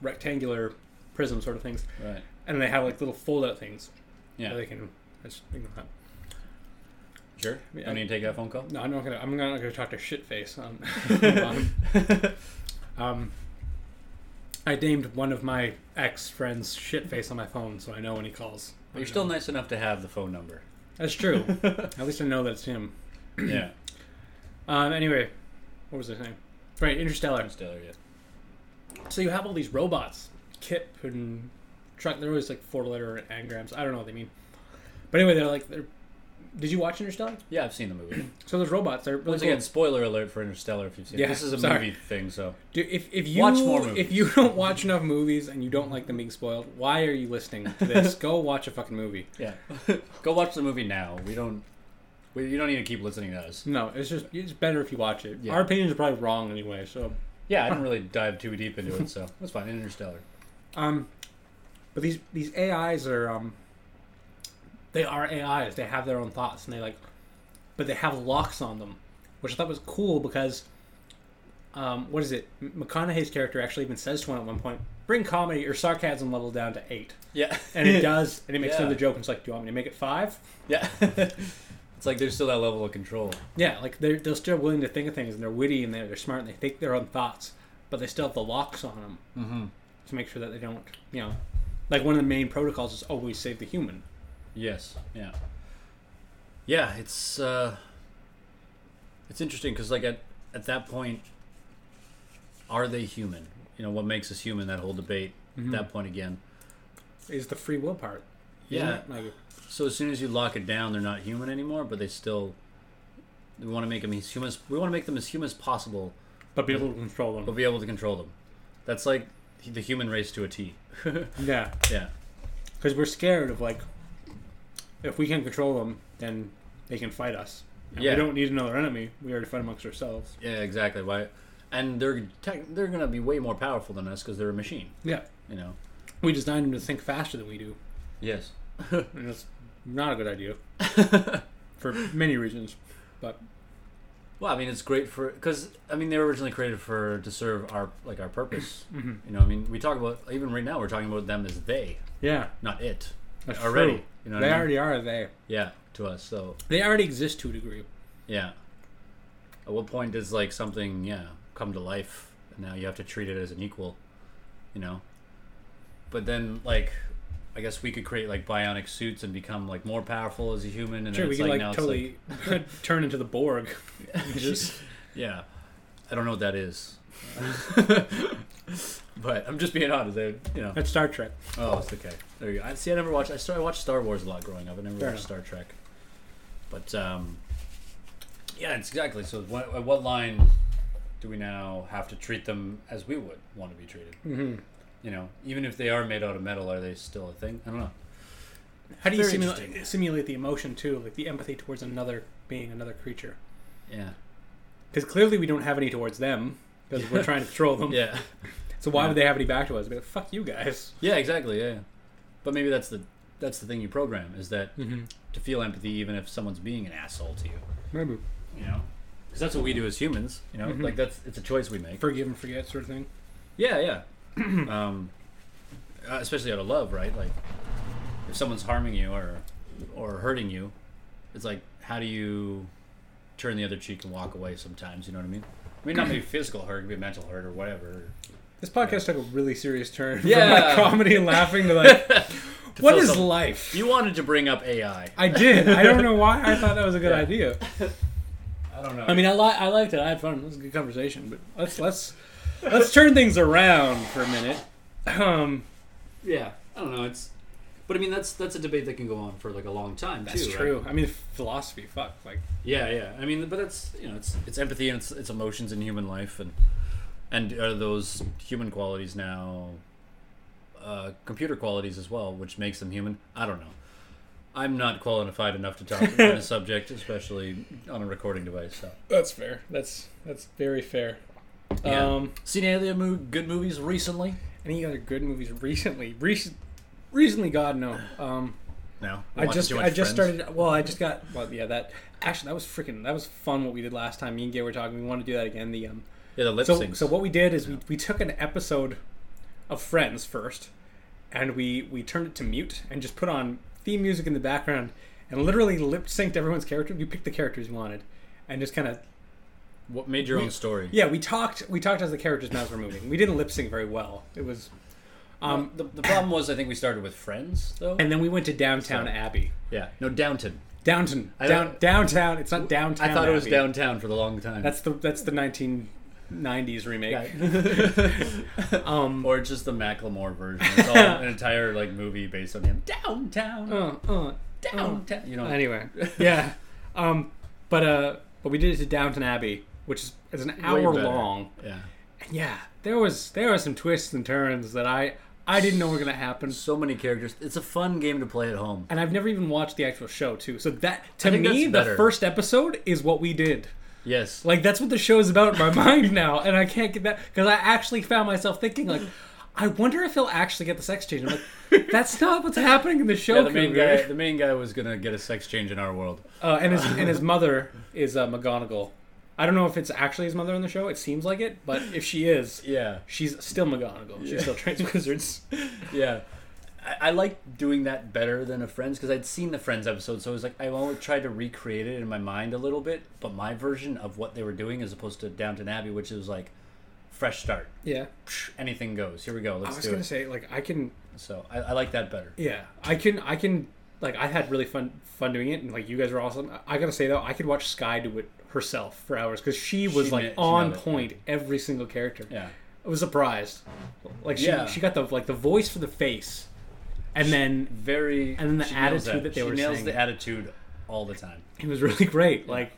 B: rectangular prism sort of things,
A: Right.
B: and they have like little fold-out things
A: Yeah.
B: that they can. I just think of that.
A: sure. I
B: Yeah.
A: don't need to take that phone call.
B: No, I'm not gonna. I'm not gonna talk to shitface. Um, um, I named one of my ex friends shitface on my phone, so I know when he calls.
A: But you're still nice enough to have the phone number.
B: That's true. At least I know that it's him.
A: yeah.
B: Um, anyway, what was I saying? Right, Interstellar.
A: Interstellar. Yeah.
B: So you have all these robots, Kip and Truck. They're always like four-letter anagrams. I don't know what they mean. But anyway, they're like they're. Did you watch Interstellar?
A: Yeah, I've seen the movie.
B: So those robots, they're really
A: Once
B: cool.
A: again, spoiler alert for Interstellar if you've seen
B: Yeah,
A: it. This is a
B: sorry.
A: movie thing, so
B: Dude, if, if you
A: Watch more movies.
B: if you don't watch enough movies and you don't like them being spoiled, why are you listening to this? Go watch a fucking movie.
A: yeah. Go watch the movie now. We don't. We, you don't need to keep listening to us.
B: No, it's just it's better if you watch it.
A: Yeah.
B: Our opinions are probably wrong anyway. So
A: Yeah, I didn't really dive too deep into it, so that's fine. Interstellar.
B: Um, but these these AIs are um, they are AIs. They have their own thoughts, and they like, but they have locks on them, which I thought was cool because, um, what is it? M- McConaughey's character actually even says to one at one point, "Bring comedy or sarcasm level down to eight.
A: Yeah.
B: and it does, and it makes
A: Yeah.
B: another joke. And it's like, "Do you want me to make it five?
A: Yeah. it's like there's still that level of control.
B: Yeah, like they're they're still willing to think of things, and they're witty, and they're, they're smart, and they think their own thoughts, but they still have the locks on them to make sure that they don't, you know, like one of the main protocols is always save the human.
A: Yes. Yeah. Yeah. It's uh, it's interesting because like at at that point, are they human? You know, what makes us human? That whole debate at that point again.
B: is the free will part. isn't
A: Yeah.
B: it? Like,
A: So as soon as you lock it down, they're not human anymore, but they still. We want to make them as human. As, we want to make them as human as possible,
B: but be able to control
A: but
B: them.
A: be able to control them. That's like the human race to a T.
B: Yeah,
A: Yeah.
B: because we're scared of like, if we can control them, then they can fight us. And
A: Yeah.
B: We don't need another enemy. We already fight amongst ourselves.
A: Yeah. Exactly. Why? And they're tech, they're gonna be way more powerful than us because they're a machine.
B: Yeah.
A: You know.
B: We designed them to think faster than we do,
A: Yes.
B: and it's not a good idea for many reasons. But
A: Well, I mean, it's great for because I mean they were originally created for to serve our like our purpose.
B: Mm-hmm.
A: You know, I mean, we talk about even right now we're talking about them as they,
B: yeah,
A: not it,
B: that's
A: already.
B: true.
A: You know, what
B: they
A: I mean?
B: already are. They
A: yeah to us. So
B: they already exist to a degree.
A: yeah, at what point does like something yeah come to life and now you have to treat it as an equal, you know? But then like. I guess we could create like bionic suits and become like more powerful as a human, and
B: Sure,
A: then
B: we
A: it's
B: can
A: like
B: like,
A: now it's
B: totally turn into the Borg.
A: like yeah. I don't know what that is, but I'm just being honest. I, you know.
B: That's Star Trek.
A: Oh, it's okay. There you go. I see. I never watched. I started I watched Star Wars a lot growing up. I never
B: Fair
A: watched Star Trek. But um, yeah, it's exactly. So, what, at what line do we now have to treat them as we would want to be treated?
B: Mm-hmm.
A: You know, even if they are made out of metal, are they still a thing? I don't know.
B: How do you
A: Very
B: simulate,
A: interesting.
B: simulate the emotion too, like the empathy towards another being, another creature?
A: Yeah.
B: Because clearly we don't have any towards them because we're trying to control them.
A: Yeah.
B: So why would they have any back to us? Be like, fuck you guys.
A: Yeah. Exactly. Yeah. yeah. But maybe that's the that's the thing you program is that
B: Mm-hmm.
A: to feel empathy even if someone's being an asshole to you.
B: Maybe
A: You know. Because that's what we do as humans, you know.
B: Mhm.
A: Like that's it's a choice we make.
B: forgive and forget sort of thing.
A: Yeah, yeah. um, uh, especially out of love, right? Like, if someone's harming you or or hurting you, it's like, how do you turn the other cheek and walk away? Sometimes, you know what I mean? I mean, not maybe physical hurt, it could be mental hurt or whatever.
B: This podcast took a really serious turn.
A: Yeah.
B: From like comedy and laughing to like, what
A: fill
B: is
A: some-
B: life?
A: You wanted to bring up AI.
B: I did. I don't know why I thought that was a good
A: Yeah.
B: idea.
A: I don't know.
B: I mean, I, li- I liked it. I had fun. It was a good conversation. But let's let's let's turn things around for a minute. Um,
A: yeah, I don't know. It's, but I mean, that's that's a debate that can go on for like a long time.
B: that's
A: too, right?
B: true. I mean, philosophy. Fuck. Like,
A: Yeah, yeah. I mean, but that's you know, it's it's empathy and it's it's emotions in human life, and and are those human qualities now uh, computer qualities as well, which makes them human? I don't know. I'm not qualified enough to talk on a subject, especially on a recording device. So,
B: that's fair. That's that's very fair.
A: Yeah.
B: Um,
A: seen any other mo- good movies recently?
B: any other good movies recently? Recent, recently, God no. Um,
A: No,
B: I
A: Watching
B: just
A: too much
B: I just
A: Friends?
B: started. Well, I just got. Well, yeah. That actually that was freaking that was fun. What we did last time. Me and Gay were talking. We want to do that again. The um.
A: Yeah, the lip
B: So
A: syncs.
B: so what we did is we we took an episode of Friends first, and we we turned it to mute and just put on theme music in the background and literally lip synced everyone's character. We picked the characters we wanted, and just kind of
A: what made your own story?
B: yeah. We talked we talked as the characters' mouths were moving. We didn't lip sync very well. It was, um,
A: The, the problem was, I think we started with Friends though.
B: and then we went to Downtown
A: So-
B: Abbey.
A: yeah, no Downton.
B: Downton,
A: I
B: down,
A: don't-
B: downtown. It's not downtown.
A: I thought it was
B: Abbey.
A: downtown for the long time.
B: That's the that's the 1990s remake.
A: um, or just the Macklemore version. It's all an entire like movie based on him. Downtown,
B: Uh, uh, downtown.
A: downtown. You know.
B: Anyway, yeah. Um, but uh, but we did it to Downton Abbey, which is is an
A: way
B: hour
A: better.
B: long.
A: Yeah.
B: And yeah, there was there were some twists and turns that I I didn't know were gonna happen,
A: So many characters. It's a fun game to play at home.
B: and I've never even watched the actual show too. So that to
A: I think
B: me,
A: that's
B: the
A: better.
B: first episode is what we did.
A: Yes.
B: Like that's what the show is about in my mind now, and I can't get that because I actually found myself thinking like, I wonder if he'll actually get the sex change. I'm like, that's not what's happening in the show.
A: yeah, the main
B: Cougar.
A: guy. The main guy was gonna get a sex change in our world.
B: Uh, and his and his mother is uh, McGonagall. I don't know if it's actually his mother on the show. It seems like it, but if she is,
A: Yeah.
B: she's still McGonagall. She
A: Yeah.
B: still trains wizards.
A: Yeah. I, I like doing that better than a Friends because I'd seen the Friends episode, so it was like I always tried to recreate it in my mind a little bit, but my version of what they were doing as opposed to Downton Abbey, which is like fresh start,
B: Yeah,
A: Psh, anything goes. Here we go.
B: I
A: Let's
B: was
A: do
B: gonna
A: it.
B: say like I can.
A: So I, I like that better.
B: Yeah, I can. I can. Like I had really fun fun doing it, and like you guys were awesome. I- I gotta say though, I could watch Sky do it herself for hours because she was
A: She
B: like
A: kn- she
B: on
A: nailed it,
B: point every single character.
A: Yeah.
B: I was surprised. Like she,
A: Yeah.
B: she got the like the voice for the face, and then
A: Very
B: And the
A: she
B: attitude
A: nails
B: that they
A: she
B: were
A: nails
B: saying.
A: the attitude all the time.
B: It was really great. Like,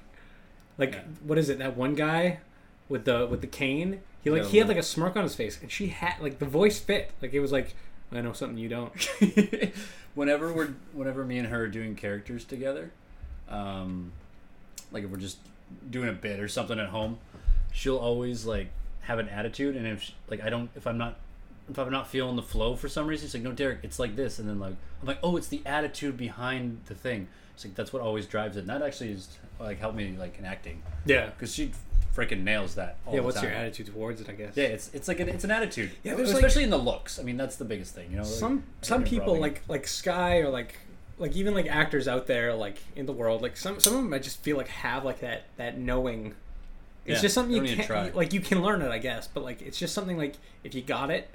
B: like
A: Yeah.
B: what is it? That one guy with the with the cane. He like
A: Yeah,
B: he had
A: Lou.
B: like a smirk on his face, and she had like the voice fit. Like it was like I know something you don't.
A: whenever we're whenever me and her are doing characters together, um, like if we're just doing a bit or something at home, she'll always like have an attitude, and if she, like I don't if I'm not if I'm not feeling the flow for some reason, she's like, "No, Derek, it's like this," and then like I'm like, "Oh, it's the attitude behind the thing." It's like that's what always drives it. And that actually is like helped me like in acting
B: Yeah.
A: because she freaking nails that. All
B: Yeah.
A: the
B: What's
A: time.
B: your attitude towards it? I guess.
A: Yeah, it's it's like an, it's an attitude.
B: Yeah, there's like-
A: especially in the looks. I mean, that's the biggest thing. You know, like,
B: Some some people like like Sky or like like even like actors out there like in the world like some some of them I just feel like have like that that knowing. It's
A: Yeah,
B: just something
A: they
B: you
A: don't
B: can't
A: even try.
B: like. You can learn it, I guess, but like it's just something like if you got it,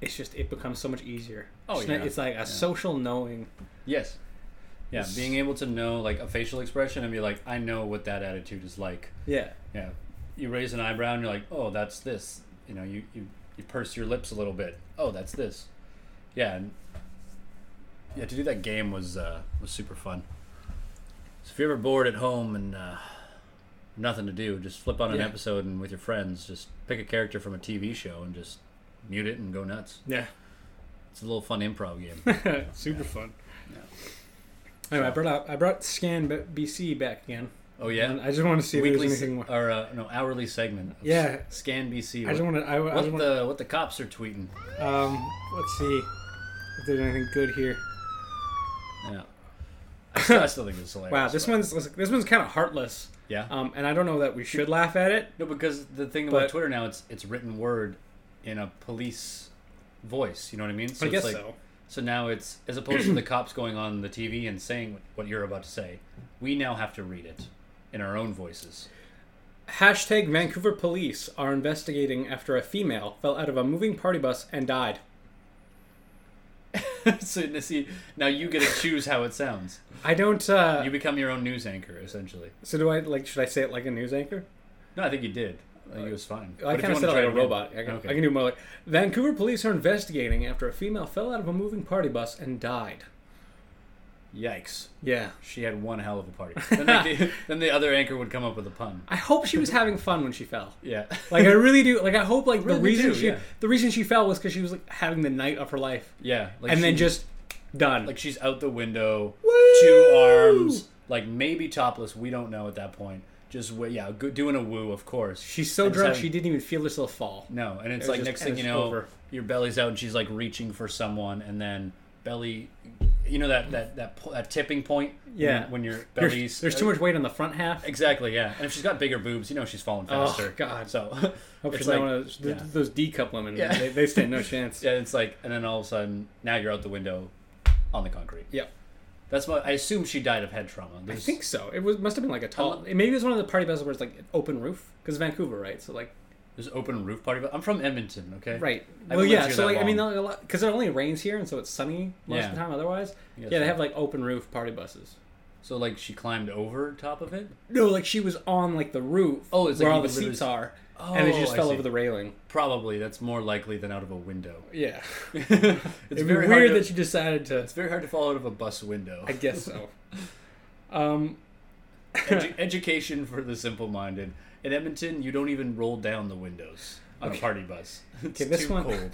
B: it's just it becomes so much easier.
A: Oh,
B: It's not-
A: yeah.
B: it's like a social knowing.
A: yes, yeah, being able to know like a facial expression and be like, I know what that attitude is like.
B: Yeah.
A: Yeah, you raise an eyebrow and you're like, oh, that's this. You know, you you you purse your lips a little bit. Oh, that's this. Yeah, and yeah, to do that game was uh, was super fun. So if you're ever bored at home and uh, nothing to do, just flip on an
B: Yeah.
A: episode and with your friends, just pick a character from a TV show and just mute it and go nuts.
B: Yeah.
A: It's a little fun improv game.
B: Super fun. Anyway, I brought up, I brought Scan B- BC back again.
A: Oh
B: And
A: yeah,
B: I just want to see if
A: weekly
B: there's
A: se-
B: anything more.
A: or uh, no hourly segment. of
B: Yeah.
A: Scan BC.
B: I just
A: What,
B: want to. I, I
A: uh, what
B: just want
A: the what the cops are tweeting?
B: to. Um, let's see if there's anything good here.
A: Yeah. I still, I still think it's hilarious.
B: Wow, this
A: but-
B: one's this one's kind of heartless.
A: Yeah.
B: Um, and I don't know that we should laugh at it.
A: No, because the thing
B: But-
A: about Twitter now, it's it's written word in a police voice. You know what I mean? So
B: I guess
A: it's like,
B: so.
A: So now it's as opposed to the cops going on the TV and saying what you're about to say, we now have to read it in our own voices.
B: Hashtag Vancouver police are investigating after a female fell out of a moving party bus and died.
A: so now see, now you get to choose how it sounds.
B: I don't. Uh,
A: You become your own news anchor, essentially.
B: so do I? Like, should I say it like a news anchor?
A: No, I think you did. I think it was fine. But
B: I
A: if you
B: kind of
A: wanna
B: said it
A: try
B: like a
A: again-
B: robot. I can, I can do more like Vancouver police are investigating after a female fell out of a moving party bus and died.
A: Yikes!
B: Yeah.
A: She had one hell of a party. then, like, the, then the other anchor would come up with a pun.
B: I hope she was having fun when she fell.
A: Yeah.
B: Like I really do. Like I hope like the
A: Really
B: reason
A: do,
B: she
A: yeah.
B: the reason she fell was because she was like having the night of her life,
A: yeah. Like
B: and then
A: she-
B: just done.
A: Like she's out the window,
B: Woo!
A: two arms, like maybe topless. We don't know at that point. Just wa- yeah, go- doing a woo, of course.
B: she's so
A: And just
B: drunk
A: having-
B: she didn't even feel herself fall.
A: no, and it's
B: was
A: like
B: just-
A: next
B: it
A: thing
B: was
A: you know,
B: over.
A: your belly's out, and she's like reaching for someone, and then belly, you know that that that, po- that tipping point. when
B: Yeah.
A: you- when your
B: There's,
A: belly's
B: there's too much weight on the front half.
A: Exactly, yeah. And if she's got bigger boobs, you know she's falling
B: Oh
A: faster.
B: God!
A: So
B: Hope
A: it's
B: she's
A: like
B: not one of those, th-
A: yeah.
B: those D cup women.
A: Yeah.
B: They, they stand no chance.
A: yeah, it's like, and then all of a sudden, now you're out the window, on the concrete.
B: Yep.
A: That's my. I assume she died of head trauma.
B: I
A: There's-
B: think so. It was must have been like a tall.
A: Unle-
B: Maybe it was one of the party buses where it's like an open roof because Vancouver, right? So like
A: There's open roof party, but I'm from Edmonton, okay?
B: right.
A: I
B: well,
A: lived
B: yeah.
A: here
B: So
A: that
B: like I mean,
A: long.
B: like a lot because it only rains here, and so it's sunny most
A: Yeah.
B: of the time. Otherwise,
A: Yeah,
B: yeah, they
A: so-
B: have like open roof party buses.
A: So like she climbed over top of it?
B: No, like she was on like the roof.
A: Oh, it's like
B: where
A: you
B: all the
A: could literally-
B: seats are,
A: Oh,
B: and then she just
A: I
B: fell
A: see.
B: over the railing.
A: Probably. That's more likely than out of a window.
B: Yeah,
A: it's
B: it's
A: very
B: weird
A: hard to,
B: that she decided to.
A: It's very hard to fall out of a bus window.
B: I guess so. Um,
A: Edu- education for the simple-minded. In Edmonton, you don't even roll down the windows on a party bus. It's
B: Okay, this
A: too
B: one-
A: cold.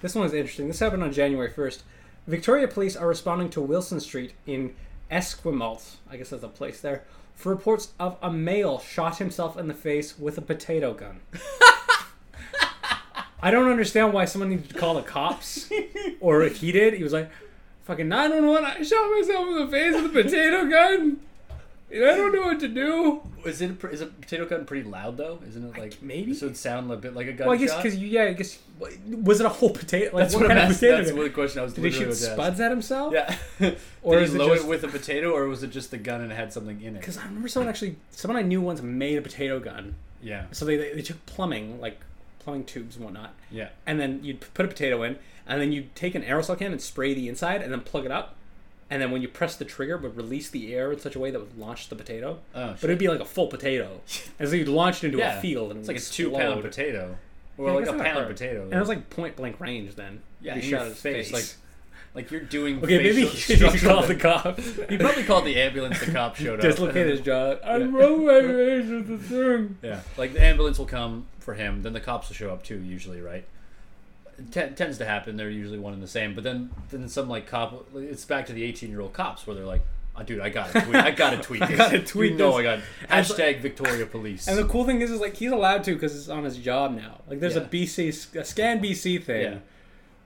B: This one is interesting. This happened on January 1st. Victoria police are responding to Wilson Street in Esquimalt, I guess that's a place there, for reports of a male shot himself in the face with a potato gun. I don't understand why someone needed to call the cops, or if he did, he was like, fucking 911, I shot myself in the face with a potato gun. and I don't know what to do.
A: Is it a, is a potato gun pretty loud though? Isn't it like
B: maybe?
A: So it sound a bit like a gunshot.
B: Well, I guess because you, yeah, I guess was it a whole potato? Like,
A: that's
B: what,
A: what I'm
B: kind of
A: asking.
B: potato?
A: That's
B: gun?
A: what the question I was
B: Did he
A: literally
B: shoot
A: about to ask.
B: spuds at himself?
A: Yeah.
B: Or
A: Did
B: is
A: he
B: it
A: load
B: just-
A: it with a potato, or was it just the gun and it had something in it?
B: Because I remember someone actually, someone I knew once made a potato gun.
A: Yeah,
B: So they, they, they took plumbing, like plumbing tubes and whatnot,
A: yeah.
B: and then you'd p- put a potato in, and then you'd take an aerosol can and spray the inside, and then plug it up. And then when you press the trigger, it would release the air in such a way that would launch the potato.
A: Oh,
B: but it'd be like a full potato. and so you'd launch it into
A: yeah.
B: a field. And it
A: it's
B: would
A: like a two pound
B: explode.
A: potato, or
B: Yeah, I
A: like
B: guess
A: a
B: that
A: pound
B: hurt.
A: potato.
B: And it was like point blank range then.
A: yeah,
B: You
A: in your
B: shot his
A: face, like like you're doing.
B: okay, maybe
A: facial
B: he should have
A: structural-
B: called the cops.
A: He probably called the ambulance. The cop showed up.
B: Dislocate his jaw. I'm wrong my range with the thing.
A: Yeah, like the ambulance will come for him, then the cops will show up too. Usually, right? It ten- tends to happen. They're usually one and the same. But then, then some like cop. It's back to the eighteen-year-old cops where they're like, oh, "Dude, I got to tweet. I got to tweet this.
B: gotta tweet
A: You know
B: this."
A: I got
B: And so-
A: hashtag Victoria Police."
B: And the cool thing is, is like he's allowed to because it's on his job now. Like there's a
A: Yeah.
B: BC, s- a scan BC thing.
A: yeah.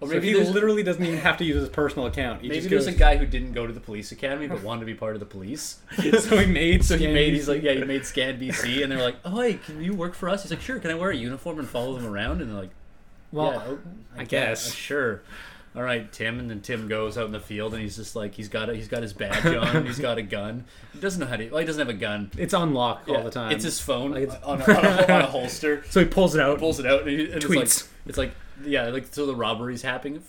A: Or
B: So he
A: there's-
B: literally doesn't even have to use his personal account. He
A: Maybe
B: just
A: there's
B: goes,
A: a guy who didn't go to the police academy but wanted to be part of the police.
B: so he made.
A: So he
B: Scan
A: made.
B: BC.
A: He's like, yeah, he made Scan BC, and they're like, oh, hey, can you work for us? He's like, sure. Can I wear a uniform and follow them around? And they're like,
B: Well,
A: yeah, oh,
B: I guess.
A: sure. All right, Tim, and then Tim goes out in the field, and he's just like, he's got a, he's got his badge on, and he's got a gun. He doesn't know how to. Well, he doesn't have a gun
B: it's on lock all
A: Yeah,
B: the time.
A: It's his phone
B: Like, it's-
A: on, a, on, a, on a holster.
B: so he pulls it out.
A: Pulls it out and, he, and
B: Tweets.
A: It's like, it's like, yeah, like so the robbery's happening.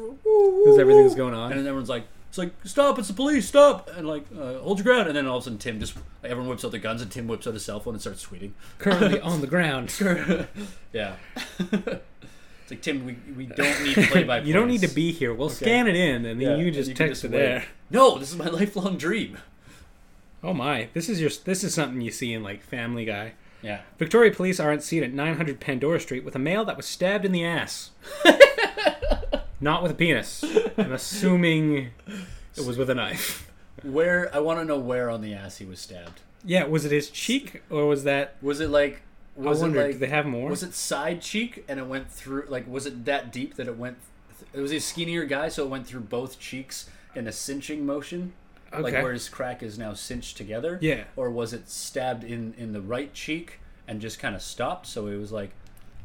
B: because everything's going on.
A: And then everyone's like, it's like, stop, it's the police, stop. And like, uh, hold your ground. And then all of a sudden, Tim just, everyone whips out the guns and Tim whips out his cell phone and starts tweeting.
B: currently on the ground.
A: yeah. It's like Tim, we, we don't need play by.
B: you don't need to be here. We'll scan it in, and then
A: Yeah,
B: you
A: and
B: just
A: you can
B: text
A: just
B: it there.
A: wait. No, this is my lifelong dream.
B: Oh my! This is your. This is something you see in like Family Guy.
A: Yeah.
B: Victoria police are on scene at 900 Pandora Street with a male that was stabbed in the ass. Not with a penis. I'm assuming it was with a knife.
A: Where I want to know where on the ass he was stabbed.
B: Yeah, was it his cheek or was that?
A: Was it like? Was
B: I wonder.
A: it like?
B: do they have more?
A: was it side cheek and it went through? Like, was it that deep that it went? Th- it was a skinnier guy, so it went through both cheeks in a cinching motion, like
B: Okay.
A: where his crack is now cinched together.
B: Yeah.
A: Or was it stabbed in in the right cheek and just kind of stopped? So it was like.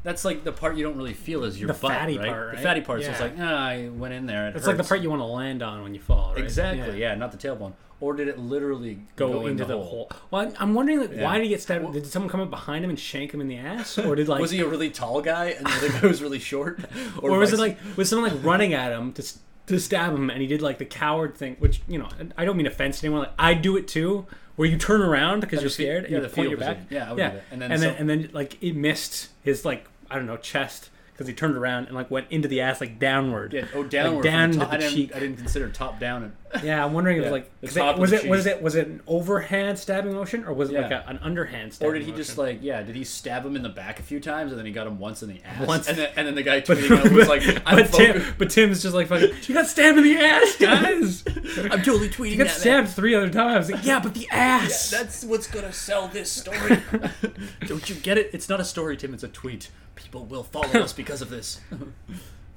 A: That's like the part you don't really feel is your
B: The
A: butt,
B: fatty
A: right?
B: part,
A: The
B: right?
A: fatty part. So it's
B: Yeah.
A: like, ah, I went in there. It
B: It's like the
A: hurts."
B: part you want to land on when you fall, right?
A: Exactly.
B: Yeah.
A: Yeah. not the tailbone. Or did it literally
B: Go,
A: go, in
B: into
A: the, hole?
B: Well, I'm- I'm wondering like, why
A: Yeah.
B: did he get stabbed? Did someone come up behind him and shank him in the ass, or did like,
A: Was he a really tall guy and the other guy was really short?
B: or was it
A: vice-
B: like, was someone like running at him to s- to stab him, and he did like the coward thing, which you know, I don't mean offense to anyone. Like I do it too, where you turn around because you're
A: fe-
B: scared and
A: yeah,
B: you
A: the
B: point
A: fetal
B: your back.
A: position. Yeah, I would do
B: yeah,
A: that. And
B: and then
A: then
B: and then,
A: some-
B: like it missed his like I don't know chest because he turned around and like went into the ass like downward.
A: Yeah, oh downward?
B: like, down
A: from
B: into
A: top-
B: the
A: I didn't,
B: cheek.
A: I didn't consider top down. And,
B: Yeah, I'm wondering if
A: Yeah,
B: like
A: the
B: 'cause
A: top
B: it,
A: of
B: was
A: the
B: it was
A: cheek.
B: it was it an overhand stabbing motion or was it like
A: Yeah.
B: a, an underhand stabbing
A: or did he just
B: motion?
A: like yeah? Did he stab him in the back a few times and then he got him once in the ass?
B: Once.
A: And then, and then the guy tweeting out was like, I'm,
B: but Tim,
A: focused-
B: but Tim's just like fucking. You got stabbed in the ass, guys.
A: I'm totally tweeting
B: You got
A: that.
B: stabbed three other times. Like, yeah, but the ass.
A: That's what's gonna sell this story. Don't you get it? It's not a story, Tim. It's a tweet. People will follow us because of this.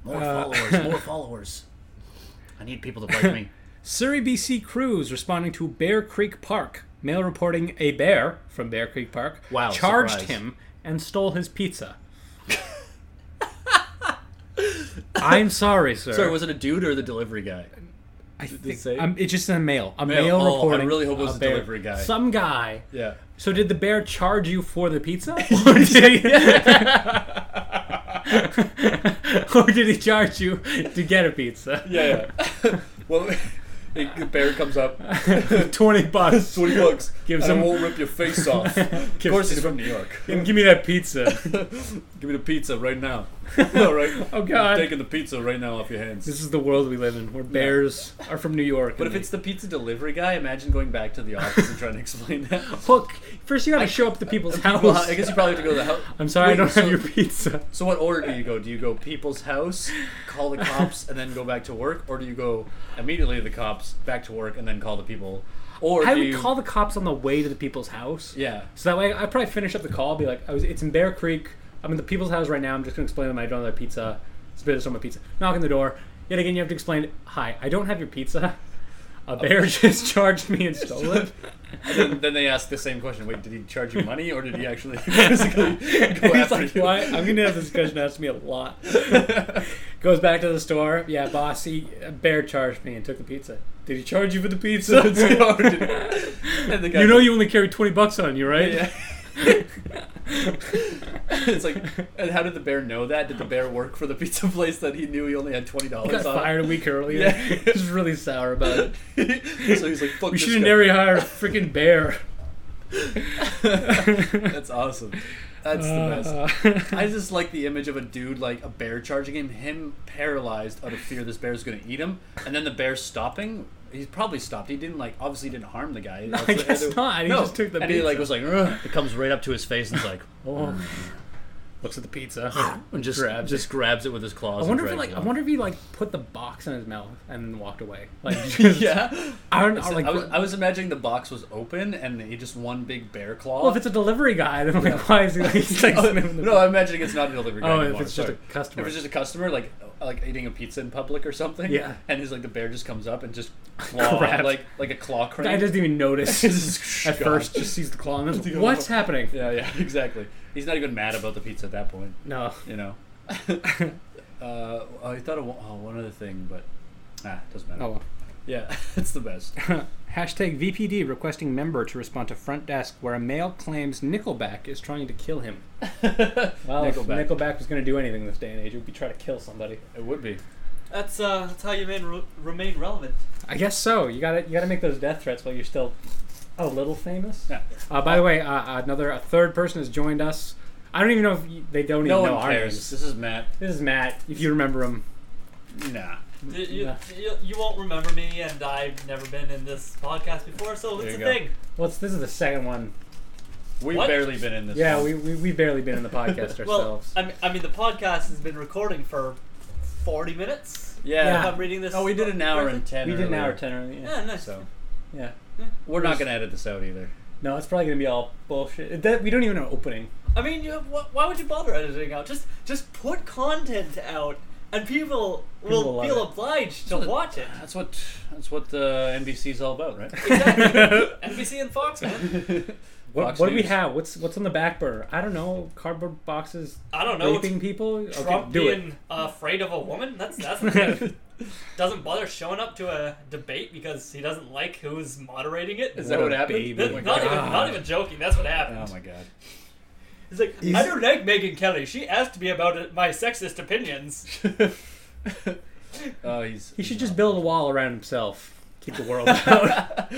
A: More followers. More followers. I need people to like me.
B: Surrey, BC crews responding to Bear Creek Park. Mail reporting a bear from Bear Creek Park
A: Wow,
B: charged
A: surprise.
B: him and stole his pizza. I'm sorry, sir.
A: Sorry, was it a dude or the delivery guy?
B: I think,
A: it say?
B: um, it's just a mail. A mail,
A: Mail. Oh, I
B: reporting.
A: really hope it was
B: a
A: the
B: bear.
A: delivery guy.
B: Some guy.
A: Yeah.
B: So did the bear charge you for the pizza? Or did he, or did he charge you to get a pizza?
A: Yeah. yeah. well, the bear comes up.
B: Twenty bucks.
A: bucks.
B: Gives
A: and I
B: him-
A: won't rip your face off. of
B: Gives-
A: course, he's from New York.
B: And give me that pizza.
A: Give me the pizza right now. All right.
B: Oh, God.
A: I'm taking the pizza right now off your hands.
B: This is the world we live in, where bears are from New York.
A: But if
B: and
A: it's the pizza delivery guy, imagine going back to the office and trying to explain that.
B: they- look, first you gotta show up to people's house.
A: Well, I guess you probably have to go to the house.
B: I'm sorry, I
A: Wait,
B: don't
A: so,
B: have your pizza.
A: So what order do you go? Do you go people's house, call the cops, and then go back to work, or do you go immediately to the cops, back to work, and then call the people? Or
B: I
A: do
B: would
A: you,
B: call the cops on the way to the people's house.
A: Yeah.
B: So that way, I probably finish up the call. Be like, I was. It's in Bear Creek. I'm in the people's house right now. I'm just gonna explain to them I don't have their pizza. It's a bit of some of my pizza. Knock on the door. Yet again, you have to explain. Hi, I don't have your pizza. A bear just charged me and stole it.
A: And then, then they ask the same question. Wait, did he charge you money, or did he actually physically go
B: He's
A: after
B: like,
A: you?
B: why? I'm gonna have this discussion asked me a lot. Goes back to the store. Yeah, boss. He a bear charged me and took the pizza. Did he charge you for the pizza?
A: It's hard. And the guy-
B: you know you only carry twenty bucks on you, right?
A: Yeah. it's like, and how did the bear know that? Did the bear work for the pizza place that he knew he only had twenty
B: He
A: dollars
B: got
A: on?
B: fired a week earlier.
A: Yeah.
B: He's really sour about it.
A: so he's like, "Fuck
B: We
A: this
B: should have
A: guy."
B: never hired a freaking bear.
A: That's awesome. That's the best.
B: Uh,
A: I just like the image of a dude like a bear charging him, him paralyzed out of fear this bear's gonna eat him, and then the bear stopping. He's probably stopped. He didn't like obviously didn't harm the guy. No,
B: I guess not. He just took the
A: and he like
B: pizza.
A: was like, "Ugh." it comes right up to his face and is like,
B: oh. Looks at the pizza.
A: and just
B: Grabs
A: grabs just grabs it with his claws.
B: I wonder if he, like I wonder if he like put the box in his mouth and then walked away. Like just,
A: yeah.
B: I don't know. Like,
A: I, was, I was imagining the box was open and he just one big bear claw.
B: well, if it's a delivery guy, then like why is he like, he's, like
A: Oh,
B: sitting in the
A: no, I'm imagining it's not a delivery guy
B: Oh, if
A: anymore,
B: it's just
A: sorry.
B: a customer.
A: If it's just a customer, like like eating a pizza in public or something.
B: Yeah.
A: And he's like the bear just comes up and just claw
B: Grabs.
A: like like a claw crane.
B: guy doesn't even notice
A: Just
B: at
A: gone.
B: first. Just sees the claw and then what's happening?
A: Yeah, yeah, exactly. He's not even mad about the pizza at that point.
B: No,
A: You know. uh, I thought of one- oh, one other thing, but ah, doesn't matter.
B: oh well.
A: Yeah, it's the best.
B: Hashtag VPD requesting member to respond to front desk where a male claims Nickelback is trying to kill him. Well,
A: Nickelback.
B: if Nickelback was going to do anything this day and age, it would be try to kill somebody.
A: It would be.
D: That's uh, that's how you remain, re- remain relevant.
B: I guess so. You got to you got to make those death threats while you're still a little famous.
A: Yeah.
B: Uh, by the way, uh, another a third person has joined us. I don't even know if you, they don't even
A: No
B: know
A: one
B: our
A: cares.
B: names.
A: This is Matt.
B: This is Matt. If you remember him,
A: Nah.
D: You, you,
B: Yeah.
D: you- you won't remember me, and I've never been in this podcast before, so
A: There
D: it's a
A: you go.
D: thing.
B: what's this is the second one.
A: We've
D: What?
A: barely been in this.
B: Yeah,
A: one.
B: we we we barely been in the podcast
D: Well,
B: ourselves.
D: I mean, I mean, the podcast has been recording for 40 minutes.
A: Yeah.
D: If I'm reading this.
A: Oh, we did an hour and ten.
B: we did an
A: earlier,
B: hour ten. earlier, Yeah.
D: Yeah, nice.
A: So
B: yeah.
A: we're not gonna edit this out either.
B: No, it's probably gonna be all bullshit. That, we don't even know opening.
D: I mean, you, wh- why would you bother editing out? Just just put content out, and people,
B: People
D: will
B: love
D: feel
B: it.
D: obliged to watch it.
A: That's what. That's what uh, the NBC's all about, right?
D: Exactly. NBC and Fox, man.
B: What,
A: Fox
B: what do we
A: News.
B: have? What's what's on the back burner? I don't know. Cardboard boxes.
D: I don't know.
B: Raping people.
D: Trump
B: okay, do
D: being
B: it.
D: afraid of a woman? That's that's the thing. doesn't bother showing up to a debate because he doesn't like who's moderating it.
A: Is that what happened?
B: baby.
D: Th-
A: Oh my
D: not even
A: God.
D: not even joking. That's what
A: Oh
D: happened.
A: my god.
D: He's like, I don't like Megan Kelly. She asked me about it, my sexist opinions.
A: Oh, he's.
B: He should just build a wall around himself. Keep the world out.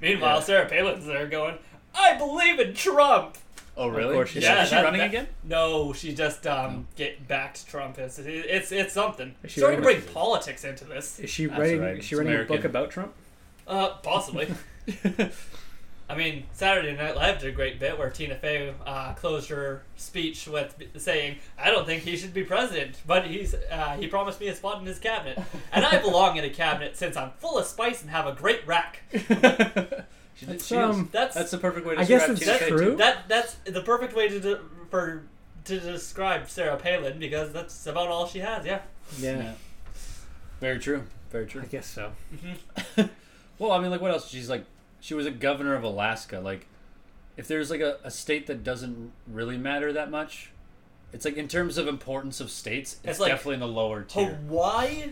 D: Meanwhile, Sarah Palin's there going, I believe in Trump.
A: Oh really?
B: course she
A: Is-
B: should.
A: is she
D: that-
A: running
D: that-
A: again?
D: No, she just um get backed Trump. It's it's, it's something.
B: Is she
D: Starting to
B: running-
D: bring politics into this,
B: Is she
A: That's
B: writing?
A: right,
B: Is
A: it's
B: she writing a book
A: American.
B: about Trump?
D: uh, possibly. I mean, Saturday Night Live did a great bit where Tina Fey uh, closed her speech with b- saying, "I don't think he should be president, but he's uh, he promised me a spot in his cabinet, and I belong in a cabinet since I'm full of spice and have a great rack."
A: She did-
B: That's,
A: she is-
B: um,
D: That's
A: That's the perfect way to
B: I guess
A: describe
B: it's
A: Tina Fey,
B: true.
A: too.
D: that that's the perfect way to de- for to describe Sarah Palin because that's about all she has. Yeah.
B: Yeah.
A: Very true. Very true.
B: I guess so.
A: Well, I mean, like, what else? She's like, she was a governor of Alaska. Like, if there's like a, a state that doesn't really matter that much, it's like in terms of importance of states, it's,
D: It's like-
A: definitely in the lower tier.
D: Hawaii,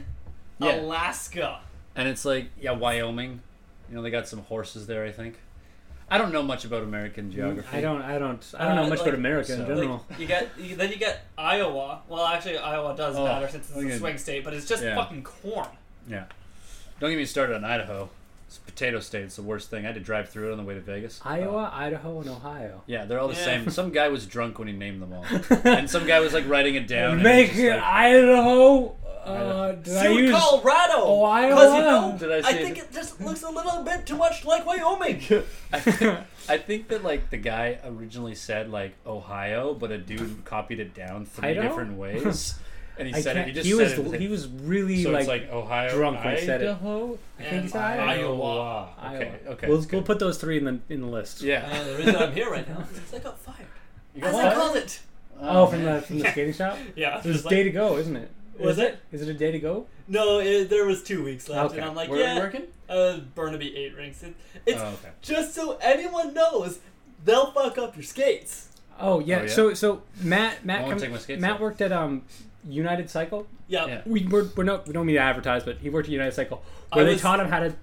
A: Yeah.
D: Alaska.
A: And it's like, yeah, Wyoming. You know, they got some horses there, I think. I don't know much about American geography.
B: Mm, I don't. I don't. I don't know
D: Uh,
B: much
D: like-
B: about America
A: so-
B: in
A: Like,
B: general.
D: Like, you get you, then you get Iowa. Well, actually, Iowa does
A: Oh,
D: matter since it's
A: okay.
D: a swing state, but it's just
A: Yeah.
D: fucking corn.
A: Yeah. Don't get me started on Idaho. It's a potato state. It's the worst thing. I had to drive through it on the way to Vegas.
B: Iowa,
D: uh,
B: Idaho, and Ohio.
A: Yeah, they're all the
D: Yeah.
A: same. Some guy was drunk when he named them all, and some guy was like writing it down. and
B: Make
A: it's just
B: it
A: like-
B: Idaho. Uh, did I
D: Dude,
B: use?
D: Colorado.
B: Oh, Iowa.
D: Because you know,
A: Did I
D: I,
A: say
D: think
A: that-
D: it just looks a little bit too much like Wyoming.
A: I think that like the guy originally said like Ohio, but a dude copied it down three
B: Idaho?
A: different ways, and he
B: I
A: said it.
B: can't-
A: He just
B: he
A: said
B: was
A: it. with
B: he was really
A: so
B: like,
A: it's like Ohio,
B: drunk when he said it.
A: Idaho,
B: I think he
D: and
B: said Idaho.
A: Iowa.
B: Iowa.
A: Okay, okay.
B: We'll, we'll put those three in the in the list.
A: yeah.
D: Uh, the reason I'm here right now is 'cause I got fired.
A: You
D: As
A: got
D: I
A: that?
D: called it.
B: Oh, from
A: man.
B: the from the skating shop.
D: Yeah. it's
B: It was
D: just like-
B: day to go, isn't it?
D: Was
B: Is
D: it?
B: Is it a day to go?
D: no, it, there was two weeks left,
B: Okay.
D: and I'm like,
A: Were we
D: yeah,
A: working?
D: uh, Burnaby eight rings. It, it's
A: Oh, okay.
D: just so anyone knows, they'll fuck up your skates.
B: Oh yeah.
A: Oh, yeah.
B: So so Matt Matt
A: I wanna
B: come-
A: take my skates
B: Matt
A: off.
B: worked at um United Cycle.
D: Yeah.
A: Yeah.
B: We we're, we're not we don't mean to advertise, but he worked at United Cycle where
D: I
B: they
D: was-
B: taught him how to s-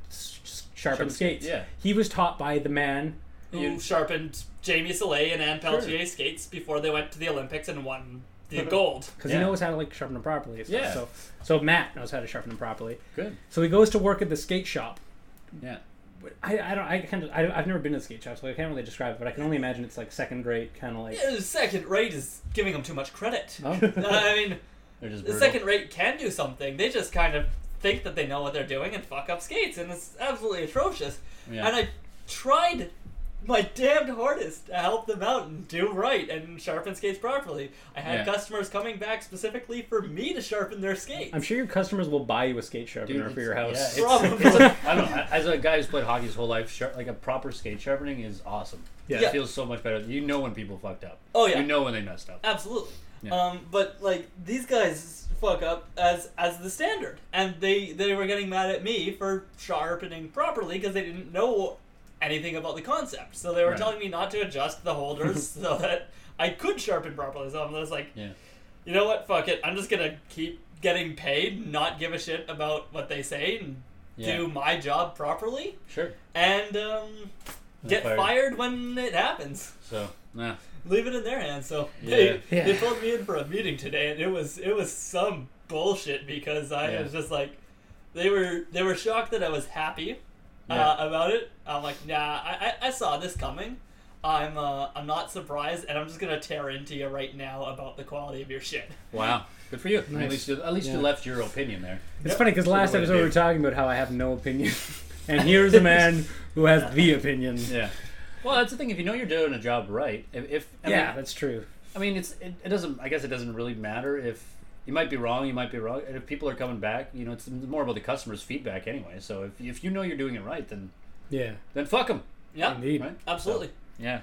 B: s- sharpen,
A: Sharpen skates,
B: skates.
A: yeah.
B: He was taught by the man.
D: who
A: You-
D: sharpened Jamie Soleil and Anne
A: Sure.
D: Peltier skates before they went to the Olympics and won the gold.
B: Because
A: Yeah.
B: he knows how to like sharpen them properly. and stuff.
A: Yeah.
B: So, so Matt knows how to sharpen them properly.
A: Good.
B: So he goes to work at the skate shop.
A: Yeah.
B: I, I don't I kind of I, I've never been to a skate shop, so I can't really describe it. But I can only imagine it's like second grade, kind of like.
D: Uh, Second rate is giving them too much credit. Uh,
B: Oh.
D: I mean,
A: They're just
D: the
A: brutal.
D: second rate can do something. They just kind of think that they know what they're doing and fuck up skates, and it's absolutely atrocious.
A: Yeah.
D: And I tried my damned hardest to help them out and do right and sharpen skates properly. I had
A: Yeah.
D: customers coming back specifically for me to sharpen their skates.
B: I'm sure your customers will buy you a skate
A: Dude,
B: sharpener for
A: it's-
B: your house.
A: yeah, it's-
D: Probably.
A: it's a- I don't know. As a guy who's played hockey his whole life, shar like a proper skate sharpening is awesome.
B: Yeah.
A: It feels so much better. You know when people fucked up.
D: Oh, yeah.
A: You know when they messed up.
D: Absolutely.
A: Yeah.
D: Um, but like these guys fuck up as as the standard, and they they were getting mad at me for sharpening properly because they didn't know anything about the concept. So they were
A: Right.
D: telling me not to adjust the holders so that I could sharpen properly. So I was like,
A: Yeah.
D: you know what, fuck it, I'm just gonna keep getting paid, not give a shit about what they say, and
A: Yeah.
D: do my job properly,
A: Sure.
D: and um,
A: And
D: get
A: fired.
D: fired when it happens
A: So, nah.
D: leave it in their hands. So they,
B: Yeah.
D: they
B: Yeah.
D: pulled me in for a meeting today, and it was it was some bullshit because I
A: Yeah.
D: was just like, they were they were shocked that I was happy
A: Yeah.
D: uh, about it. I'm like, nah, I, I, I saw this coming. I'm uh, I'm not surprised, and I'm just gonna tear into you right now about the quality of your shit.
A: Wow. Good for you. At
B: Nice.
A: least, you, at least you
B: Yeah.
A: left your opinion there.
B: It's funny because last
A: way to
B: episode
A: do
B: we were
A: it.
B: talking about how I have no opinion, and here's a man who has the opinion.
A: Yeah. Well, that's the thing. If you know you're doing a job right, if, if I
B: Yeah,
A: mean,
B: that's true.
A: I mean, it's it, it doesn't. I guess it doesn't really matter if you might be wrong. You might be wrong. And if people are coming back, you know, it's more about the customer's feedback anyway. So if if you know you're doing it right, then
B: Yeah,
A: then fuck them,
D: Yeah,
B: indeed.
A: Uh, right?
D: absolutely.
A: Yeah.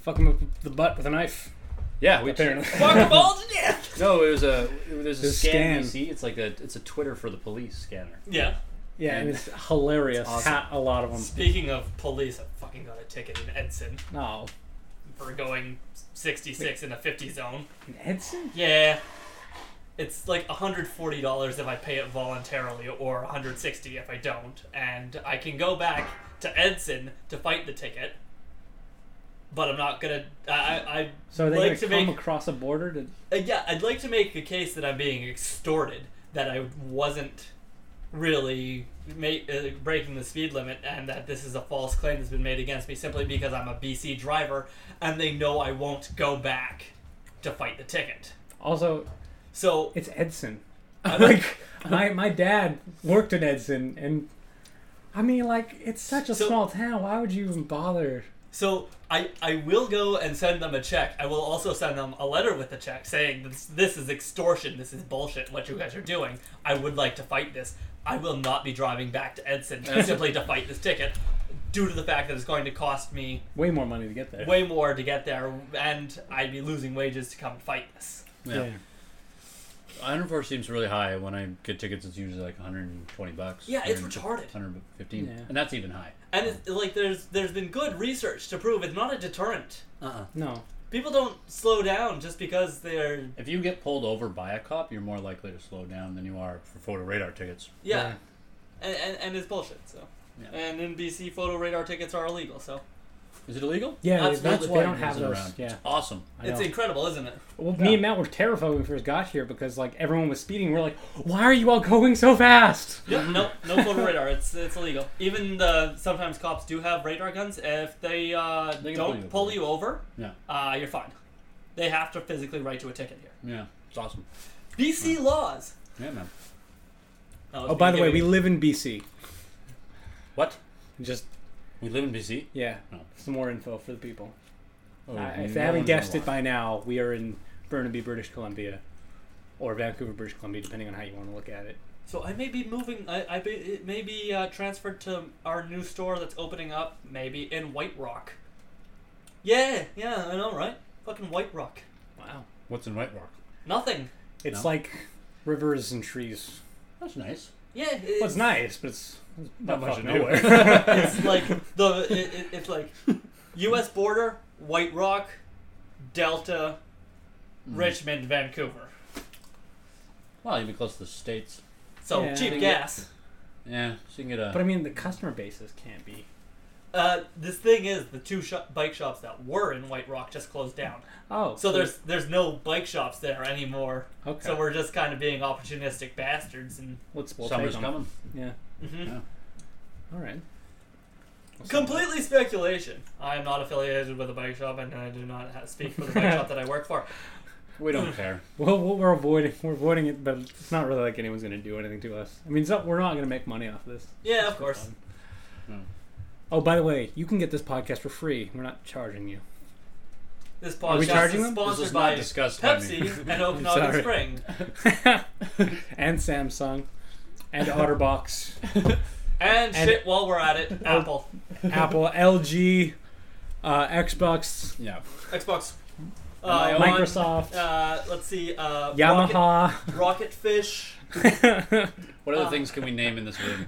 B: Fuck him up the butt with a knife.
A: Yeah. We
B: Apparently.
D: Fuck them all to death.
A: No, it was a there's a
B: There's
A: scan, you
B: scan.
A: see. It's like a it's a Twitter for the police scanner.
D: Yeah.
B: Yeah, and it's hilarious.
A: awesome.
B: Ha- a lot of
A: Um,
B: them.
D: Speaking of police, I fucking got a ticket in Edson
B: No,
D: for going 66 in a 50 zone.
B: Edson.
D: Yeah. It's like $140 if I pay it voluntarily or 160 if I don't. And I can go back to Edson to fight the ticket. But I'm not gonna. I, I, I'd
B: So are they
D: like to
B: gonna come
D: make.
B: across a border to
D: uh, yeah, I'd like to make a case that I'm being extorted, that I wasn't really ma- uh, breaking the speed limit, and that this is a false claim that's been made against me simply because I'm a BC driver, and they know I won't go back to fight the ticket.
B: Also,
D: So
B: it's Edson. like my my dad worked in Edson, and I mean, like it's such a
D: So-
B: small town. Why would you even bother?
D: So I, I will go and send them a check. I will also send them a letter with a check saying this, this is extortion. This is bullshit. What you guys are doing. I would like to fight this. I will not be driving back to Edson simply to fight this ticket, due to the fact that it's going to cost me
B: Way more money to get there.
D: way more to get there, and I'd be losing wages to come fight this.
A: Yeah. 104 seems really high. When I get tickets, it's usually like 120 bucks.
D: Yeah, it's
A: 100
D: retarded.
A: 115,
B: Yeah.
A: and that's even high.
D: And it's, like there's there's been good research to prove it's not a deterrent.
A: Uh-uh.
B: No.
D: People don't slow down just because they're
A: If you get pulled over by a cop, you're more likely to slow down than you are for photo radar tickets.
D: yeah. and, and, and it's bullshit. So,
A: Yeah.
D: and in BC, photo radar tickets are illegal. So
A: Is it illegal?
B: Yeah,
D: That's-
B: that's,
D: that's
B: why they don't
A: it
B: have
A: isn't
B: those.
A: around.
B: Yeah.
A: It's awesome.
B: I
D: it's
B: know.
D: incredible, isn't it?
B: Well,
A: Yeah.
B: me and Matt were terrified when we first got here because like everyone was speeding. We're like, why are you all going so fast?
D: Yep. No, no photo radar. It's it's illegal. Even the sometimes cops do have radar guns. If they, uh,
A: They can pull you
D: don't
A: over.
D: pull you over,
A: Yeah.
D: uh, you're fine. They have to physically write you a ticket here.
A: Yeah, it's awesome.
D: BC laws.
A: Yeah, man.
D: No,
B: Oh, by the way, we
D: giving-
B: live in BC.
A: What?
B: Just
A: We live in BC.
B: yeah,
A: No.
B: some more info for the people.
A: Oh,
B: Uh, if
A: no
B: they haven't
A: one's gonna
B: guessed it
A: watch.
B: by now, we are in Burnaby, British Columbia, or Vancouver, British Columbia, depending on how you want to look at it.
D: So I may be moving. I I be, it may be uh, transferred to our new store that's opening up, maybe in White Rock. Yeah, yeah, I know, right? Fucking White Rock.
B: Wow,
A: What's in White Rock?
D: Nothing.
B: it's
A: No?
B: like rivers and trees.
A: That's nice.
D: Yeah, it's,
B: Well, it's nice, but it's it's
A: Not much
B: fucking
A: to do.
D: it's like the it, it, it's like U.S. border, White Rock, Delta,
B: Mm.
D: Richmond, Vancouver.
A: Well, you'd be close to the states.
D: So
B: Yeah.
D: cheap gas.
A: Yeah, so you can get a.
B: but I mean, the customer bases can't be.
D: Uh, this thing is the two sho bike shops that were in White Rock just closed down.
B: Oh,
D: So there's there's no bike shops there anymore.
B: okay.
D: So we're just kind of being opportunistic bastards and
B: Let's we'll
A: summer's
B: take 'em.
A: coming.
B: Yeah.
D: Mhm.
A: Yeah.
B: All right.
D: completely speculation. I am not affiliated with a bike shop and I do not ha speak for the bike shop that I work for.
A: We don't care.
B: Well, well, we're avoiding we're avoiding it, but it's not really like anyone's gonna do anything to us. I mean, it's not, we're not gonna make money off this.
D: Yeah, of course.
A: No.
B: Oh, by the way, you can get this podcast for free. We're not charging you.
D: This
B: Are we
D: podcast
B: charging
D: is
B: them?
A: This was
D: sponsored
A: not
D: by
A: discussed by me.
D: Pepsi and Okanagan
B: Sorry.
D: Spring
B: and Samsung, and OtterBox,
D: and,
B: And-
D: shit. While we're at it, Apple,
B: Apple, LG, uh, Xbox,
A: Yeah.
D: Xbox,
A: My
D: uh, One,
B: Microsoft,
D: uh, let's see, uh,
B: Yamaha.
D: Rocket, Rocketfish.
A: What other
D: Uh.
A: things can we name in this room?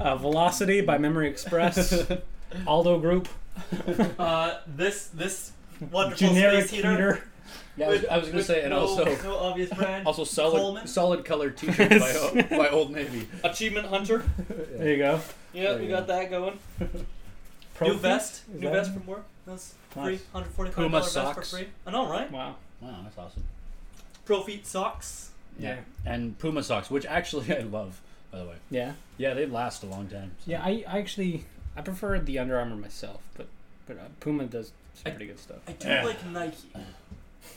B: uh, Velocity by Memory Express, Aldo Group,
D: Uh, this this wonderful
B: generic
D: space heater.
B: heater.
A: Yeah, I was,
D: with-
A: I was gonna
D: with
A: say, and
D: no-
A: also
D: no obvious brand.
A: also solid
D: Coleman?
A: solid colored T-shirts by, O- by Old Navy.
D: Achievement Hunter.
B: There you go.
D: Yeah,
A: There
D: we
A: you
D: got that going. New
B: Profi-
D: vest,
B: Is
D: new
B: that-
D: vest from work. That's free.
B: Nice.
D: Hundred forty-five
A: Puma
D: dollars vest for
A: socks.
D: free. I know, right?
B: Wow.
A: Wow, that's awesome.
D: Profit socks.
A: Yeah. And Puma socks, which actually I love, by the way.
B: Yeah.
A: Yeah, they last a long time. so-
B: Yeah, I, I actually I prefer the Under Armour myself, but but but uh, Puma does some
D: I-
B: pretty good stuff.
D: I do
C: Yeah.
D: like Nike.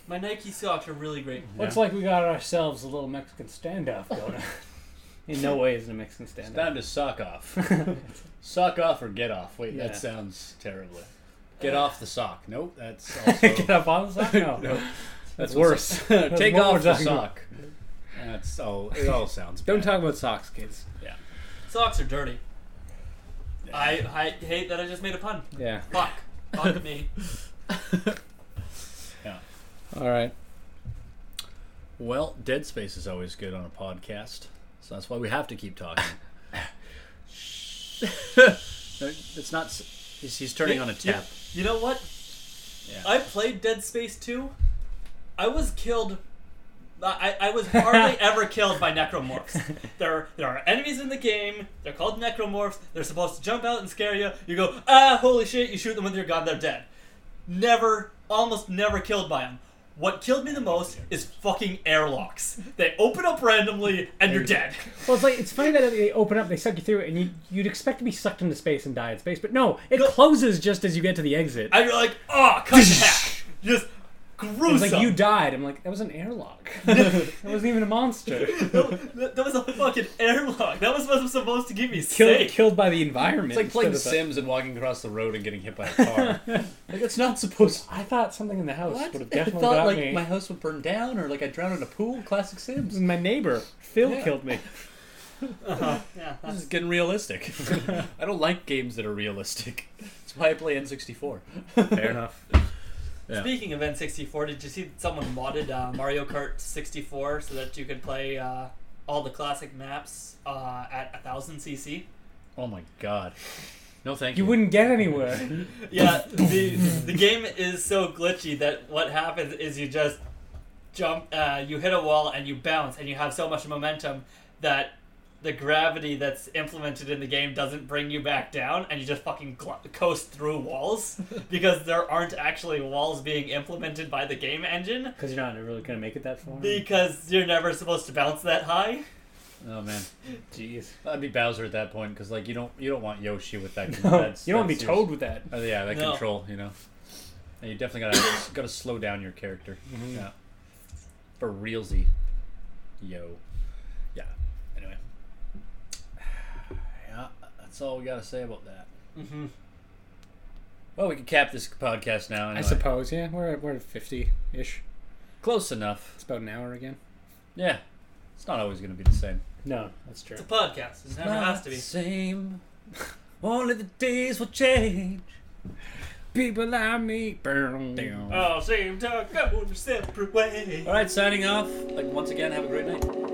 D: My Nike socks are really great.
B: Looks like we got ourselves a little Mexican standoff going on. In no way is it a Mexican
A: It's
B: standoff.
A: time to suck off. suck off or get off. Wait,
B: Yeah.
A: that sounds terrible. Get
D: Uh.
A: off the sock. Nope, that's
B: Get
A: also.
B: up on the sock? No.
A: No.
B: That's
A: What's
B: worse. That's
A: Take
B: what
A: off
B: we're
A: the
B: talking about.
A: sock. That's all. It all sounds.
B: Don't
A: bad.
B: talk about socks, kids.
D: Socks are dirty. I, I hate that I just made a pun.
B: Yeah.
D: Fuck. Fuck me.
B: All right.
A: Well, Dead Space is always good on a podcast, so that's why we have to keep talking. No, it's not. s- He's, he's turning on a
D: You-
A: tap.
D: You, know what?
A: Yeah.
D: I played Dead Space 2. I was killed. I, I I was hardly ever killed by necromorphs. There there are enemies in the game. They're called necromorphs. They're supposed to jump out and scare you. You go ah holy shit! You shoot them with your gun. They're dead. Never, almost never killed by them. What killed me the most is fucking airlocks. They open up randomly and you're dead.
B: Well, it's like it's funny that they open up, they suck you through, and you, you'd expect to be sucked into space and die in space, but no, it closes just as you get to the exit.
D: And you're like, oh, cut in half. Just gruesome.
B: It's like you died. I'm like, that was an airlock. that wasn't even a monster.
D: that, that was a fucking airlock. That was what was supposed to give me
B: Killed,
D: safe.
B: killed by the environment.
A: It's like playing The
B: instead of
A: Sims and walking across the road and getting hit by a car. like it's not supposed.
B: I thought something in the house
A: What?
B: would have
A: I
B: definitely
A: thought
B: got
A: like
B: me.
A: my house would burn down or like I drown in a pool. Classic Sims.
B: My neighbor Phil
A: Yeah.
B: killed me.
D: Uh-huh. Yeah,
A: This is
D: that's,
A: getting realistic. I don't like games that are realistic. That's why I play N64.
B: Fair enough.
A: yeah.
D: Speaking of N64, did you see that someone modded uh, Mario Kart 64 so that you could play uh, all the classic maps uh, at 1000cc?
A: Oh my god. No, thank you.
B: You wouldn't get anywhere.
D: Yeah, the, the game is so glitchy that what happens is you just jump, uh, you hit a wall and you bounce, and you have so much momentum that the gravity that's implemented in the game doesn't bring you back down, and you just fucking gl- coast through walls because there aren't actually walls being implemented by the game engine
B: Because you're not really gonna make it that far.
D: because you're never supposed to bounce that high.
A: Oh man,
B: Jeez.
A: I'd be Bowser at that point because like you don't you don't want Yoshi with that.
B: No,
A: that's-
B: Oh. you don't
A: that's
B: want to be
A: serious-
B: told with that.
A: Oh, yeah, that
D: No.
A: control. You know, and you definitely gotta gotta slow down your character.
B: Mm-hmm.
A: Yeah. For realsy. Yo. Yeah. Anyway. Yeah, that's all we gotta say about that.
D: Mm-hmm.
A: Well, we can cap this podcast now. Anyway.
B: I suppose. Yeah, we're at, we're at fifty ish.
A: Close enough.
B: It's about an hour again.
A: Yeah. It's not always gonna be the same.
B: No, that's true.
D: It's a podcast. It never
A: Not
D: has to
A: the
D: be.
A: same. Only the days will change.
B: People like me.
A: Damn.
D: Oh, same to go separate ways.
A: All right, signing off. Like once again, have a great night.